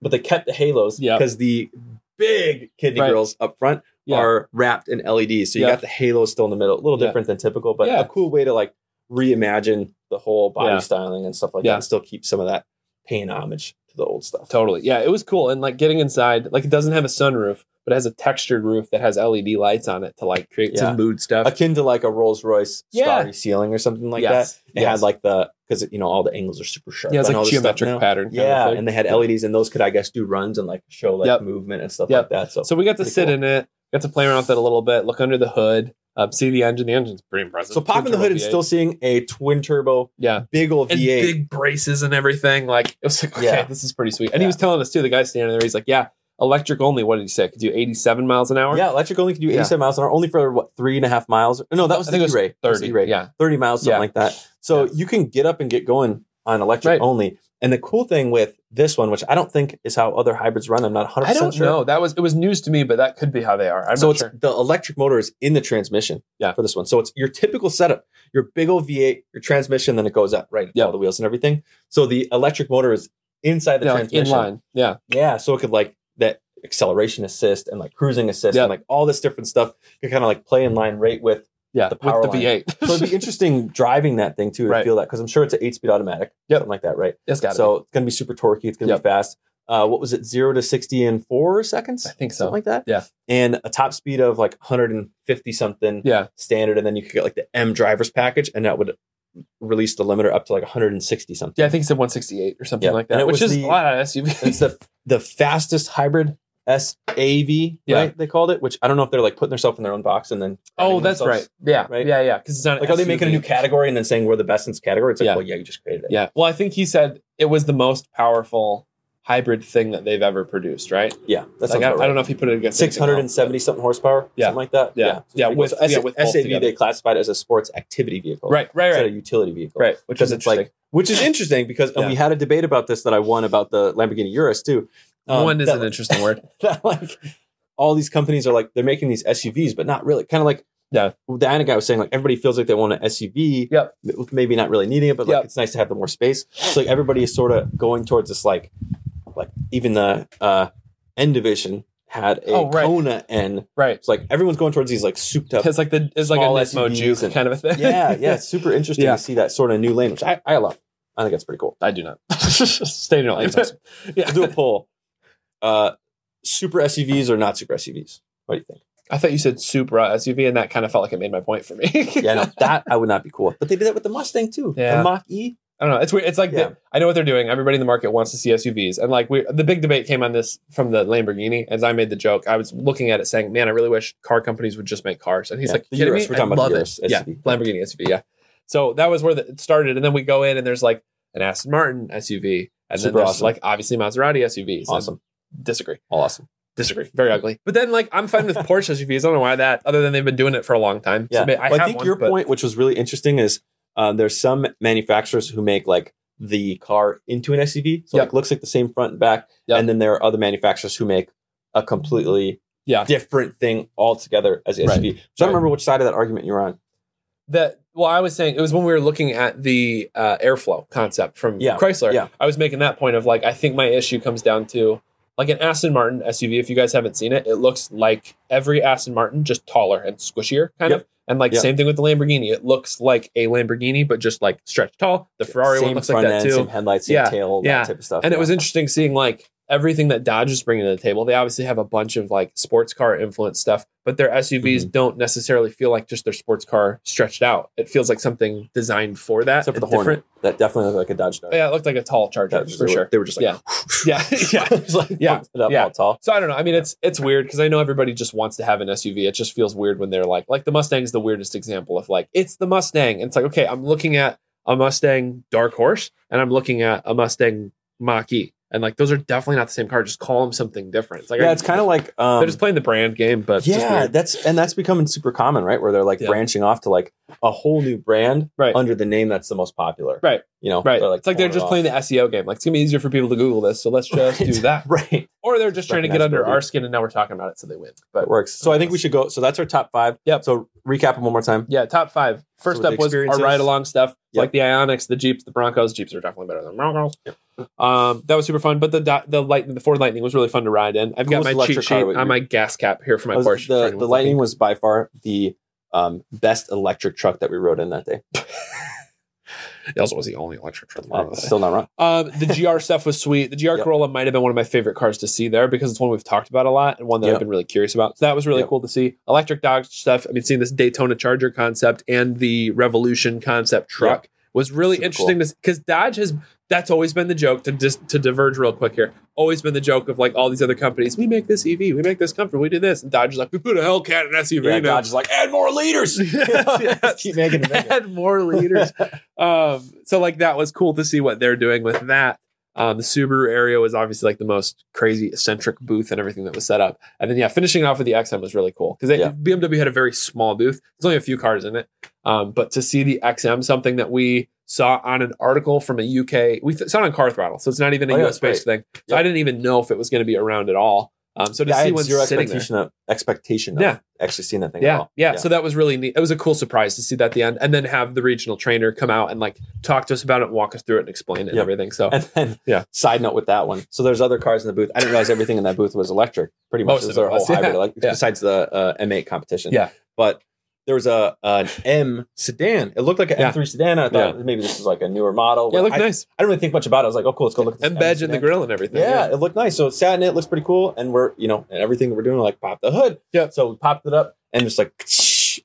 S2: but they kept the halos
S1: Yep.
S2: because the big kidney
S1: Right.
S2: grills up front
S1: Yeah.
S2: are wrapped in LEDs. So you
S1: Yeah.
S2: got the halos still in the middle. A little
S1: Yeah.
S2: different than typical, but
S1: Yeah.
S2: a cool way to like reimagine the whole body
S1: Yeah.
S2: styling and stuff like
S1: Yeah.
S2: that and still keep some of that paying homage to the old stuff.
S1: totally. Yeah, it was cool. And like getting inside, like it doesn't have a sunroof, but it has a textured roof that has LED lights on it to like create
S2: Yeah.
S1: some mood stuff.
S2: Akin to like a Rolls Royce
S1: Yeah.
S2: starry ceiling or something like that. It had like the because you know all the angles are super sharp.
S1: Yeah, it's
S2: on all
S1: like
S2: this stuff
S1: geometric
S2: now.
S1: pattern. kind of
S2: Yeah,
S1: thing.
S2: and they had LEDs, and those could I guess do runs and like show like
S1: Yep.
S2: movement and stuff
S1: Yep.
S2: like that. So,
S1: so we got to
S2: Pretty
S1: sit
S2: cool.
S1: in it, got to play around with it a little bit, look under the hood, um, see the engine. The engine's pretty impressive.
S2: so popping the
S1: Twin turbo
S2: hood and
S1: V8.
S2: still seeing a twin turbo,
S1: yeah,
S2: big old
S1: and
S2: V8.
S1: big braces and everything. Like it was like okay,
S2: Yeah.
S1: this is pretty sweet. And
S2: Yeah.
S1: he was telling us too. The guy standing there, he's like, yeah, electric only. What did he say? Could do eighty seven miles an hour.
S2: yeah, electric only can do
S1: Yeah.
S2: 87 miles an hour, only for what three and a half miles. No, that was
S1: I
S2: the
S1: think it was
S2: E-Ray. That was
S1: thirty.
S2: E-Ray.
S1: Yeah,
S2: 30 miles, something
S1: Yeah.
S2: like that. So
S1: Yeah.
S2: you can get up and get going on electric
S1: Right.
S2: only. And the cool thing with this one, which I don't think is how other hybrids run, I'm not 100%
S1: I don't
S2: sure.
S1: know. That was it was news to me, but that could be how they are. I'm
S2: so
S1: not
S2: it's
S1: sure.
S2: the electric motor is in the transmission
S1: Yeah.
S2: for this one. So it's your typical setup, your big old V8, your transmission, then it goes up, right?
S1: Yeah.
S2: All the wheels and everything. So the electric motor is inside the
S1: Yeah, like in
S2: transmission.
S1: line. Yeah,
S2: Yeah, so it could like that acceleration assist and like cruising assist
S1: Yeah.
S2: and like all this different stuff could kind of like play in line
S1: (laughs)
S2: rate with.
S1: yeah,
S2: The power
S1: with the
S2: line.
S1: V eight.
S2: (laughs)
S1: (laughs)
S2: So it'd be interesting driving that thing too to
S1: Right.
S2: feel that because I'm sure it's an eight speed automatic,
S1: Yep.
S2: something like that, right?
S1: It's got
S2: so it's gonna be super torquey. It's gonna
S1: Yep.
S2: be fast. Uh, what was it, zero to sixty in four seconds?
S1: I think so.
S2: Something like that.
S1: Yeah.
S2: And a top speed of like 150 something
S1: yeah,
S2: standard, and then you could get like the M drivers package, and that would release the limiter up to like 160 something.
S1: yeah. I think it's a one sixty eight or something
S2: Yeah.
S1: like
S2: And it
S1: that, which
S2: was
S1: is
S2: the-
S1: a lot of
S2: It's
S1: SUV.
S2: the the fastest hybrid SAV,
S1: Yeah.
S2: right? They called it, which I don't know if they're like putting themselves in their own box and then
S1: (laughs) oh, that's right.
S2: themselves-
S1: Yeah,
S2: right?
S1: yeah, yeah. Because it's not an
S2: Like, are they making a
S1: SUV.
S2: new category and then saying we're the best in this category? It's like,
S1: Yeah.
S2: well, yeah, you just created it.
S1: Yeah. Well, I think he said it was the most powerful hybrid thing that they've ever produced, right?
S2: yeah that's
S1: Like, I, I don't know if he put it against
S2: Six
S1: anything
S2: hundred and
S1: else,
S2: seventy something horsepower,
S1: Yeah.
S2: something like that.
S1: Yeah.
S2: so
S1: Yeah,
S2: pretty cool.
S1: with-
S2: So S-
S1: yeah, with both
S2: SAV
S1: together.
S2: they classified as a sports activity vehicle,
S1: but- Right, right,
S2: Instead
S1: right.
S2: of utility vehicle,
S1: Right, which
S2: Because
S1: is
S2: it's like,
S1: interesting.
S2: which is interesting because and
S1: Yeah.
S2: we had a debate about this that I won about the Lamborghini Urus too. Um,
S1: One is
S2: that-
S1: an interesting word.
S2: (laughs) that like all these companies are like they're making these SUVs, but not really. Kind of like
S1: Yeah.
S2: the Anna guy was saying like everybody feels like they want an SUV.
S1: Yep.
S2: m- maybe not really needing it, but like
S1: Yep.
S2: it's nice to have the more space. So like everybody is sort of going towards this like like even the uh N division had a
S1: Oh, right.
S2: Kona N.
S1: Right.
S2: It's like everyones's going towards these like souped
S1: (laughs)
S2: up.
S1: It's like the it's like a Nismo
S2: Small SUVs
S1: Juke
S2: and-
S1: kind of a thing. (laughs)
S2: yeah, yeah, it's super interesting
S1: Yeah.
S2: to see that sort of new lane, which I, I love. I think that's pretty cool.
S1: I do not. (laughs) Stay in your
S2: (laughs)
S1: lane.
S2: Thanks.
S1: yeah.
S2: We'll do a poll. Uh super SUVs or not super SUVs? What do you think?
S1: I thought you said Supra SUV, and that kind of felt like it made my point for me. (laughs)
S2: yeah, no, that I would not be cool. with. But they did that with the Mustang too.
S1: Yeah.
S2: The Mach E.
S1: I don't know. It's weird. It's like
S2: Yeah.
S1: the, I know what they're doing. Everybody in the market wants to see SUVs, and like we, the big debate came on this from the Lamborghini. As I made the joke, I was looking at it saying, "Man, I really wish car companies would just make cars." And he's
S2: Yeah.
S1: like,
S2: The
S1: "Kidding
S2: Urus.
S1: me?
S2: We're talking
S1: I
S2: about
S1: love
S2: the Urus
S1: it." Yeah,
S2: SUV.
S1: Lamborghini SUV. Yeah. So that was where the, it started, and then we go in, and there's like an Aston Martin SUV, and
S2: Super
S1: then there's
S2: awesome.
S1: like obviously Maserati SUVs. And
S2: Awesome.
S1: Disagree.
S2: Awesome.
S1: Disagree. Very ugly. But then like I'm
S2: (laughs)
S1: fine with Porsche SUVs. I don't know why that. Other than they've been doing it for a long time.
S2: Yeah.
S1: So, may-
S2: Well, I,
S1: have
S2: think
S1: one,
S2: your
S1: but-
S2: point, which was really interesting, is uh, there's some manufacturers who make like the car into an SUV. So
S1: Yep.
S2: like looks like the same front and back.
S1: Yep.
S2: And then there are other manufacturers who make a completely
S1: Yeah.
S2: different thing altogether as an
S1: Right.
S2: SUV. So I don't
S1: Right.
S2: remember which side of that argument you were on.
S1: that well i was saying it was when we were looking at the uh, airflow concept from
S2: Yeah,
S1: chrysler
S2: yeah.
S1: i was making that point of like i think my issue comes down to like an aston martin suv if you guys haven't seen it it looks like every aston martin just taller and squishier kind
S2: Yep.
S1: of and like
S2: Yep.
S1: same thing with the lamborghini it looks like a lamborghini but just like stretched tall the ferrari
S2: same
S1: one looks like
S2: front
S1: that
S2: end,
S1: too
S2: same headlights, same
S1: Yeah.
S2: tail,
S1: Yeah.
S2: that type of stuff.
S1: and
S2: Yeah.
S1: it was interesting seeing like everything that Dodge is bringing to the table. They obviously have a bunch of like sports car influence stuff, but their SUVs
S2: Mm-hmm.
S1: don't necessarily feel like just their sports car stretched out. It feels like something designed for that.
S2: except for the
S1: and different-
S2: Hornet. That definitely looked like a Dodge Dart.
S1: Yeah, it looked like a tall Charger
S2: That-
S1: for
S2: they were- (laughs)
S1: sure.
S2: They were just like,
S1: Yeah. Yeah, (laughs) yeah.
S2: It's like (laughs)
S1: Yeah.
S2: pumped it up
S1: Yeah.
S2: all tall.
S1: So I don't know. I mean, it's it's weird because I know everybody just wants to have an SUV. It just feels weird when they're like, like the Mustang is the weirdest example of like it's the Mustang. And it's like, okay, I'm looking at a Mustang Dark Horse and I'm looking at a Mustang Mach E, and like those are definitely not the same car. Just call them something different. It's like
S2: yeah, it's kind of like um,
S1: they're just playing the brand game, but it's just
S2: yeah,
S1: weird.
S2: that's and that's becoming super common, right? Where they're like
S1: Yeah.
S2: branching off to like a whole new brand
S1: Right.
S2: under the name that's the most popular,
S1: Right.
S2: You know,
S1: right.
S2: they're,
S1: it's like they're
S2: pulling
S1: just
S2: it
S1: playing the
S2: off.
S1: SEO game. Like it's gonna be easier for people to Google this, so
S2: (laughs)
S1: let's just do
S2: Right.
S1: that.
S2: (laughs) right.
S1: Or they're just trying to get
S2: Recognize
S1: under
S2: building.
S1: our skin, and now we're talking about it, so they win.
S2: That
S1: But
S2: works. So I think we should go. So that's our top five.
S1: Yep.
S2: So recap them one more time.
S1: yeah, top five. First
S2: with
S1: up
S2: the
S1: was our
S2: experiences-
S1: ride along stuff,
S2: Yep.
S1: like the Ionics, the Jeeps, the Broncos. Jeeps are definitely better than Broncos. Um, that was super fun, but the Do- the light the Ford Lightning was really fun to ride in. I've got
S2: Coolest
S1: my cheat
S2: electric car
S1: sheet
S2: we-
S1: on my gas cap here for my
S2: That was-
S1: Porsche. for
S2: the
S1: anyone
S2: the
S1: looking.
S2: lightning was by far the um, best electric truck that we rode in that day.
S1: it also was the only electric truck. in the
S2: Uh,
S1: world.
S2: still not wrong.
S1: Um, the GR stuff was sweet. The GR
S2: Yep.
S1: Corolla might have been one of my favorite cars to see there because it's one we've talked about a lot and one that
S2: Yep.
S1: I've been really curious about. So that was really
S2: Yep.
S1: cool to see. Electric Dodge stuff. I mean, seeing this Daytona Charger concept and the Revolution concept truck was really
S2: Super
S1: interesting because Dodge has that's always been the joke to dis, to diverge real quick here. Always been the joke of like all these other companies. We make this EV, we make this comfortable, we do this, and Dodge is like we put a Hellcat in an SUV.
S2: Yeah,
S1: now. (laughs)
S2: Dodge is like, (laughs) add more leaders.
S1: Yes.
S2: (laughs) Keep making it. Make
S1: (laughs)
S2: it.
S1: add more leaders. um, so like that was cool to see what they're doing with that. Um, the Subaru area was obviously like the most crazy eccentric booth and everything that was set up. And then yeah, finishing off with the XM was really cool because
S2: Yeah.
S1: BMW had a very small booth. There's only a few cars in it, um, but to see the XM, something that we saw on an article from a UK, we th- saw it on Car Throttle, so it's not even a
S2: Oh, yeah,
S1: US based thing. So
S2: Yeah.
S1: I didn't even know if it was going to be around at all. Um, so to
S2: Yeah, I
S1: see
S2: had
S1: one
S2: zero
S1: sitting there,
S2: expectation of, expectation of
S1: Yeah.
S2: actually seeing that thing at
S1: yeah,
S2: all.
S1: yeah, So that was really neat. It was a cool surprise to see that at the end, and then have the regional trainer come out and like talk to us about it, walk us through it, and explain it and
S2: Yep.
S1: everything. So
S2: And then,
S1: Oh. Yeah.
S2: Side note with that one. So there's other cars in the booth. I didn't realize everything in that booth was electric. Pretty much,
S1: Most
S2: it was
S1: of it
S2: their whole
S1: was, (laughs) yeah.
S2: hybrid, like
S1: Yeah.
S2: besides the uh, M8 competition.
S1: Yeah.
S2: but there was a an M sedan. It looked like an
S1: Yeah.
S2: M3 sedan. I thought maybe this is like a newer model.
S1: yeah, it
S2: but
S1: looked
S2: I,
S1: nice
S2: I didn't really think much about it. I was like, oh, cool. Let's go look at this.
S1: and
S2: M
S1: badge in the
S2: sedan.
S1: grill and everything.
S2: Yeah, it looked nice. So it sat in it, looks pretty cool. And we're, you know, and everything that we're doing, like pop the hood.
S1: Yeah.
S2: So we popped it up and it's like, (laughs)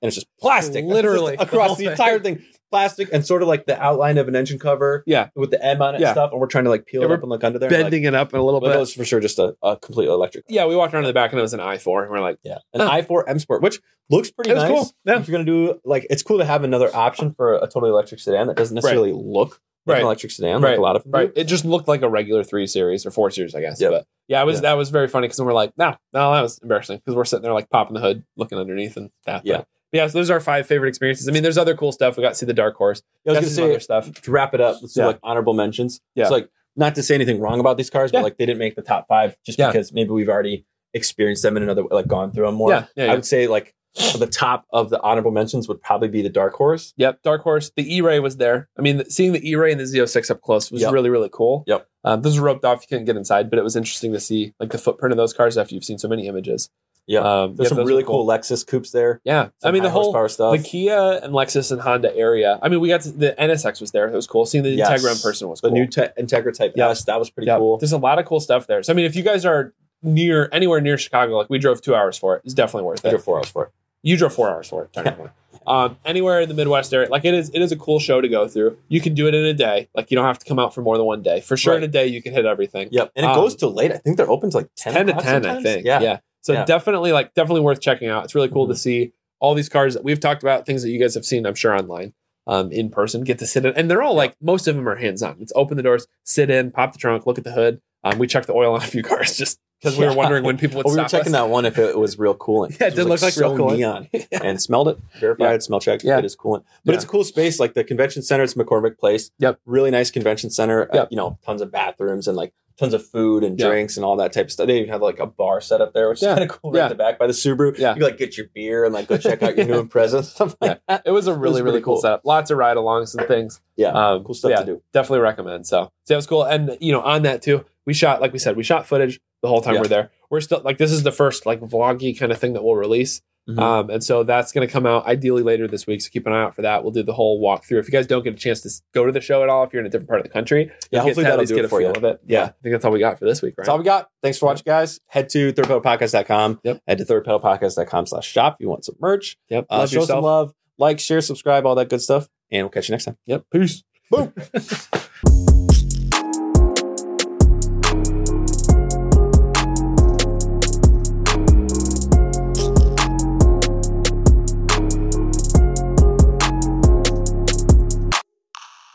S2: and it's just plastic.
S1: Literally.
S2: Just (laughs) across
S1: The
S2: the
S1: whole
S2: entire thing. Plastic and sort of like the outline of an engine cover.
S1: Yeah.
S2: With the M on it
S1: Yeah.
S2: and stuff. And we're trying to like peel
S1: Yeah,
S2: it
S1: we're
S2: up and look under there. and, like,
S1: bending it up a little
S2: but
S1: bit.
S2: it was for sure just a, a completely electric.
S1: yeah, we walked around to the back and it was an i four, and we're like,
S2: Yeah. An
S1: Huh.
S2: i4 M Sport, which looks pretty
S1: it was
S2: nice.
S1: cool. Yeah,
S2: If you're going to do like, it's cool to have another option for a totally electric sedan that doesn't necessarily look like
S1: Right.
S2: an electric sedan,
S1: Right.
S2: like a lot of them do.
S1: right. It just looked like a regular three series or four series, I guess.
S2: Yep.
S1: But yeah, it was
S2: Yeah.
S1: that was very funny because we're like, no, no, that was embarrassing because we're sitting there like popping the hood, looking underneath and that.
S2: Yeah.
S1: But, yeah. So those are our five favorite experiences. I mean, there's other cool stuff. We got to see the dark horse.
S2: Yeah, I was
S1: Got
S2: going to
S1: some
S2: say,
S1: other stuff.
S2: to wrap it up, let's
S1: Yeah.
S2: do like honorable mentions.
S1: Yeah.
S2: It's like not to say anything wrong about these cars,
S1: Yeah.
S2: but like they didn't make the top five just
S1: Yeah.
S2: because maybe we've already experienced them in another like gone through them more.
S1: Yeah, yeah, yeah.
S2: I would say like the top of the honorable mentions would probably be the Dark Horse.
S1: Yep, Dark Horse. The E-Ray was there. I mean, seeing the E-Ray and the Z06 up close was
S2: Yep.
S1: really, really cool.
S2: Yep.
S1: Um, those were roped off. You couldn't get inside, but it was interesting to see like the footprint of those cars after you've seen so many images.
S2: Yeah.
S1: Um,
S2: There's
S1: yeah,
S2: some
S1: those
S2: really
S1: were
S2: cool Lexus coupes there.
S1: Yeah. I
S2: Some
S1: mean, the
S2: high
S1: whole
S2: horsepower stuff.
S1: the Kia and Lexus and Honda area. I mean, we got to, the NSX was there. It was cool. Seeing the
S2: Yes.
S1: Integra in person was
S2: the
S1: cool.
S2: new te- Integra Type
S1: Yeah.
S2: S that was pretty
S1: Yeah,
S2: cool.
S1: There's a lot of cool stuff there. So I mean, if you guys are near anywhere near Chicago, like we drove two hours for it, it's definitely worth
S2: I
S1: it.
S2: drove four hours for it.
S1: You drove four hours for it. Technically. um, anywhere in the Midwest area, like it is, it is a cool show to go through. You can do it in a day. Like you don't have to come out for more than one day. For sure, in
S2: Right.
S1: a day you can hit everything.
S2: Yep, and it
S1: Um,
S2: goes till late. I think they're open to like ten,
S1: Ten to
S2: o'clock
S1: ten, I
S2: sometimes.
S1: think.
S2: Yeah,
S1: yeah. So
S2: Yeah.
S1: definitely, like definitely worth checking out. It's really cool
S2: Mhm.
S1: to see all these cars that we've talked about, things that you guys have seen, I'm sure online. Um, in person, get to sit in, and they're all like most of them are hands on. It's open the doors, sit in, pop the trunk, look at the hood. Um, we checked the oil on a few (laughs) cars just because we were
S2: Yeah.
S1: wondering when people would
S2: Well, Oh, we were
S1: stop
S2: checking
S1: us.
S2: that one if it was real coolant.
S1: (laughs) Yeah, it did look
S2: was,
S1: like real
S2: so
S1: coolant.
S2: neon.
S1: (laughs)
S2: and smelled it, verified, smell checked.
S1: Yeah.
S2: It is coolant. But it's a cool space. Like the convention center, it's McCormick Place.
S1: Yep.
S2: Really nice convention center. uh,
S1: Yep.
S2: you know, tons of bathrooms and like tons of food and
S1: Yeah.
S2: drinks and all that type of stuff. They even have like a bar set up there, which
S1: Yeah.
S2: is kind of cool right
S1: Yeah.
S2: at the back by the Subaru.
S1: Yeah.
S2: You can like get your beer and like go check out your
S1: (laughs)
S2: new present. Something like that.
S1: It was
S2: (laughs)
S1: a really,
S2: was
S1: really
S2: pretty
S1: cool,
S2: cool.
S1: setup. Lots of ride alongs and things.
S2: Yeah.
S1: Um,
S2: cool stuff
S1: yeah,
S2: to do.
S1: Definitely recommend. So, so that was cool. And, you know, on that too, we shot, like we said, we shot footage the whole time
S2: Yeah.
S1: we're there. We're still like, this is the first like vloggy kind of thing that we'll release.
S2: Mhm.
S1: Um, and so that's going to come out ideally later this week. So keep an eye out for that. We'll do the whole walkthrough. If you guys don't get a chance to s- go to the show at all, if you're in a different part of the country, you'll
S2: Yeah,
S1: get
S2: hopefully
S1: to at
S2: that'll
S1: least
S2: do
S1: get
S2: it
S1: a
S2: for
S1: feel
S2: you.
S1: of it. Yeah.
S2: Yeah.
S1: I think that's all we got for this week, right?
S2: That's all we got. Thanks for watching, guys. Head to thirdpedalpodcast.com.
S1: Yep.
S2: Head to thirdpedalpodcast.com slash shop if you want some merch.
S1: yep.
S2: Uh,
S1: Love
S2: show some
S1: yourself.
S2: love. Like, share, subscribe, all that good stuff. And we'll catch you next time.
S1: Yep. Peace.
S2: Boom.